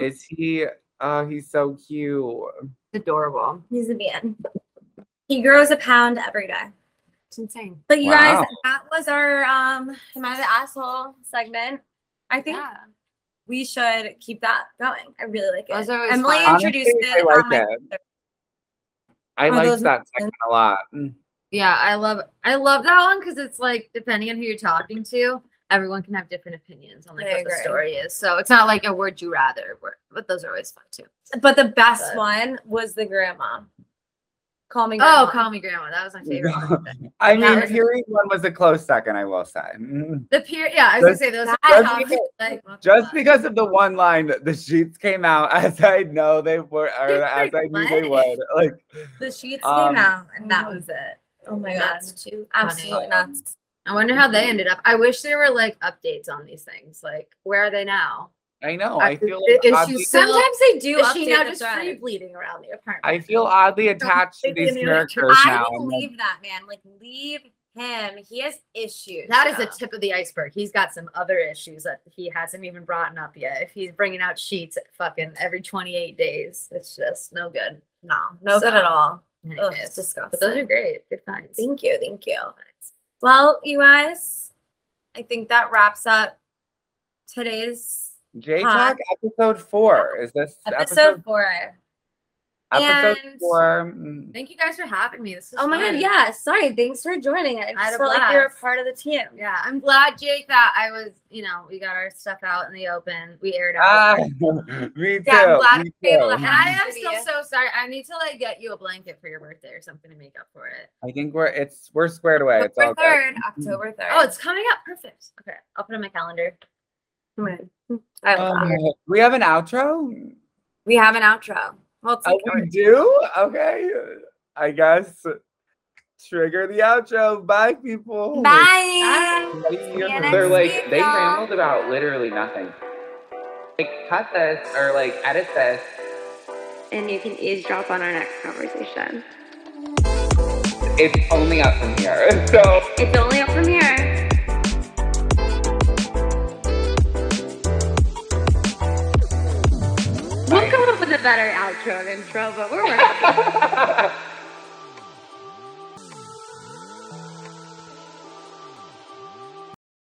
Speaker 4: Is he? Oh, he's so cute.
Speaker 5: It's adorable.
Speaker 3: He's a man. He grows a pound every day.
Speaker 5: It's insane.
Speaker 3: But you
Speaker 4: Wow.
Speaker 3: guys, that was our um Am I the Asshole segment. I think
Speaker 5: Yeah.
Speaker 3: we should keep that going. I really like
Speaker 5: Those
Speaker 3: it.
Speaker 5: are always
Speaker 3: Emily
Speaker 5: fun.
Speaker 3: introduced
Speaker 4: Honestly, I
Speaker 3: it. um,
Speaker 4: like
Speaker 3: on my-
Speaker 4: it. I
Speaker 3: Are
Speaker 4: liked
Speaker 3: those
Speaker 4: that second a lot. Mm.
Speaker 5: Yeah, I love I love that one because it's like depending on who you're talking to, everyone can have different opinions on like
Speaker 3: I
Speaker 5: what the
Speaker 3: agree.
Speaker 5: story is. So it's not like a word you rather word, but those are always fun too.
Speaker 3: But the best
Speaker 5: But-
Speaker 3: one was the grandma. Call me grandma.
Speaker 5: Oh, call me grandma. That was my favorite one.
Speaker 4: I
Speaker 5: That
Speaker 4: mean,
Speaker 5: was-
Speaker 4: hearing one was a close second. I will say. Mm.
Speaker 5: The peer yeah, I was gonna say those are
Speaker 3: That-
Speaker 5: topics,
Speaker 4: because-
Speaker 5: like, what the
Speaker 4: Just
Speaker 5: fuck.
Speaker 4: because of the one line, the sheets came out as I know they were, or as I knew they would.
Speaker 5: What?
Speaker 4: Like,
Speaker 3: the sheets
Speaker 4: Um,
Speaker 3: came out and that was it. Oh my god.
Speaker 5: That's too
Speaker 3: Absolute
Speaker 5: funny.
Speaker 3: nuts.
Speaker 5: I wonder how they ended up. I wish there were like updates on these things. Like, where are they now?
Speaker 4: I know.
Speaker 5: I-
Speaker 4: I feel.
Speaker 5: is
Speaker 4: Like
Speaker 5: she
Speaker 4: oddly,
Speaker 5: So-
Speaker 3: Sometimes they do
Speaker 5: Is she
Speaker 3: update
Speaker 5: now
Speaker 3: the
Speaker 5: just
Speaker 3: thread.
Speaker 5: free bleeding around the apartment?
Speaker 4: I feel oddly attached to
Speaker 5: think they
Speaker 4: these
Speaker 5: knew each other.
Speaker 4: characters
Speaker 3: I
Speaker 4: now.
Speaker 3: would
Speaker 4: I'm like,
Speaker 3: leave that man. Like leave him. He has issues.
Speaker 5: That is the
Speaker 3: though.
Speaker 5: tip of the iceberg. He's got some other issues that he hasn't even brought up yet. If he's bringing out sheets at fucking every 28 days, it's just no good.
Speaker 3: no, no
Speaker 5: So-
Speaker 3: good at all. Ugh,
Speaker 5: Anyways,
Speaker 3: it's disgusting.
Speaker 5: but those are great. Good finds.
Speaker 3: Thank you, thank you. Well, you guys, I think that wraps up today's
Speaker 4: J
Speaker 3: Huh?
Speaker 4: Talk episode four.
Speaker 5: Oh,
Speaker 4: Is this
Speaker 3: episode, four.
Speaker 4: Episode
Speaker 3: and-
Speaker 4: four. mm,
Speaker 5: Thank you guys for having me. This is
Speaker 3: Oh my god,
Speaker 5: fun.
Speaker 3: yeah. Sorry, thanks for joining. I just
Speaker 5: had a
Speaker 3: felt like you were a
Speaker 5: blast.
Speaker 3: part of the team.
Speaker 5: Yeah, I'm glad, Jake, that I was, you know, we got our stuff out in the open. We aired out.
Speaker 4: Ah, me too.
Speaker 5: Yeah, I'm glad
Speaker 4: me
Speaker 5: we were able to
Speaker 4: too.
Speaker 5: And I am
Speaker 3: Happy to
Speaker 5: still
Speaker 3: you.
Speaker 5: so sorry. I need to like get you a blanket for your birthday or something to make up for it.
Speaker 4: I think we're it's we're squared away. It's all
Speaker 3: October
Speaker 4: good.
Speaker 3: third, October third.
Speaker 5: Oh, it's coming up. Perfect. Okay. I'll put it on my calendar.
Speaker 3: I love
Speaker 4: Um,
Speaker 3: it.
Speaker 4: we have an outro.
Speaker 3: We have an outro. Well, it's
Speaker 4: Oh,
Speaker 3: like-
Speaker 4: we do. Okay, I guess trigger the outro. Bye, people.
Speaker 3: bye.
Speaker 4: Yeah,
Speaker 3: next
Speaker 1: They're like
Speaker 3: week,
Speaker 1: they
Speaker 3: y'all.
Speaker 1: rambled about literally nothing. Like cut this or like edit this.
Speaker 2: And you can eavesdrop on our next conversation.
Speaker 1: It's only up from here. So.
Speaker 2: It's only up from here. We'll come up with a better outro and intro, but we're working.
Speaker 1: Bye.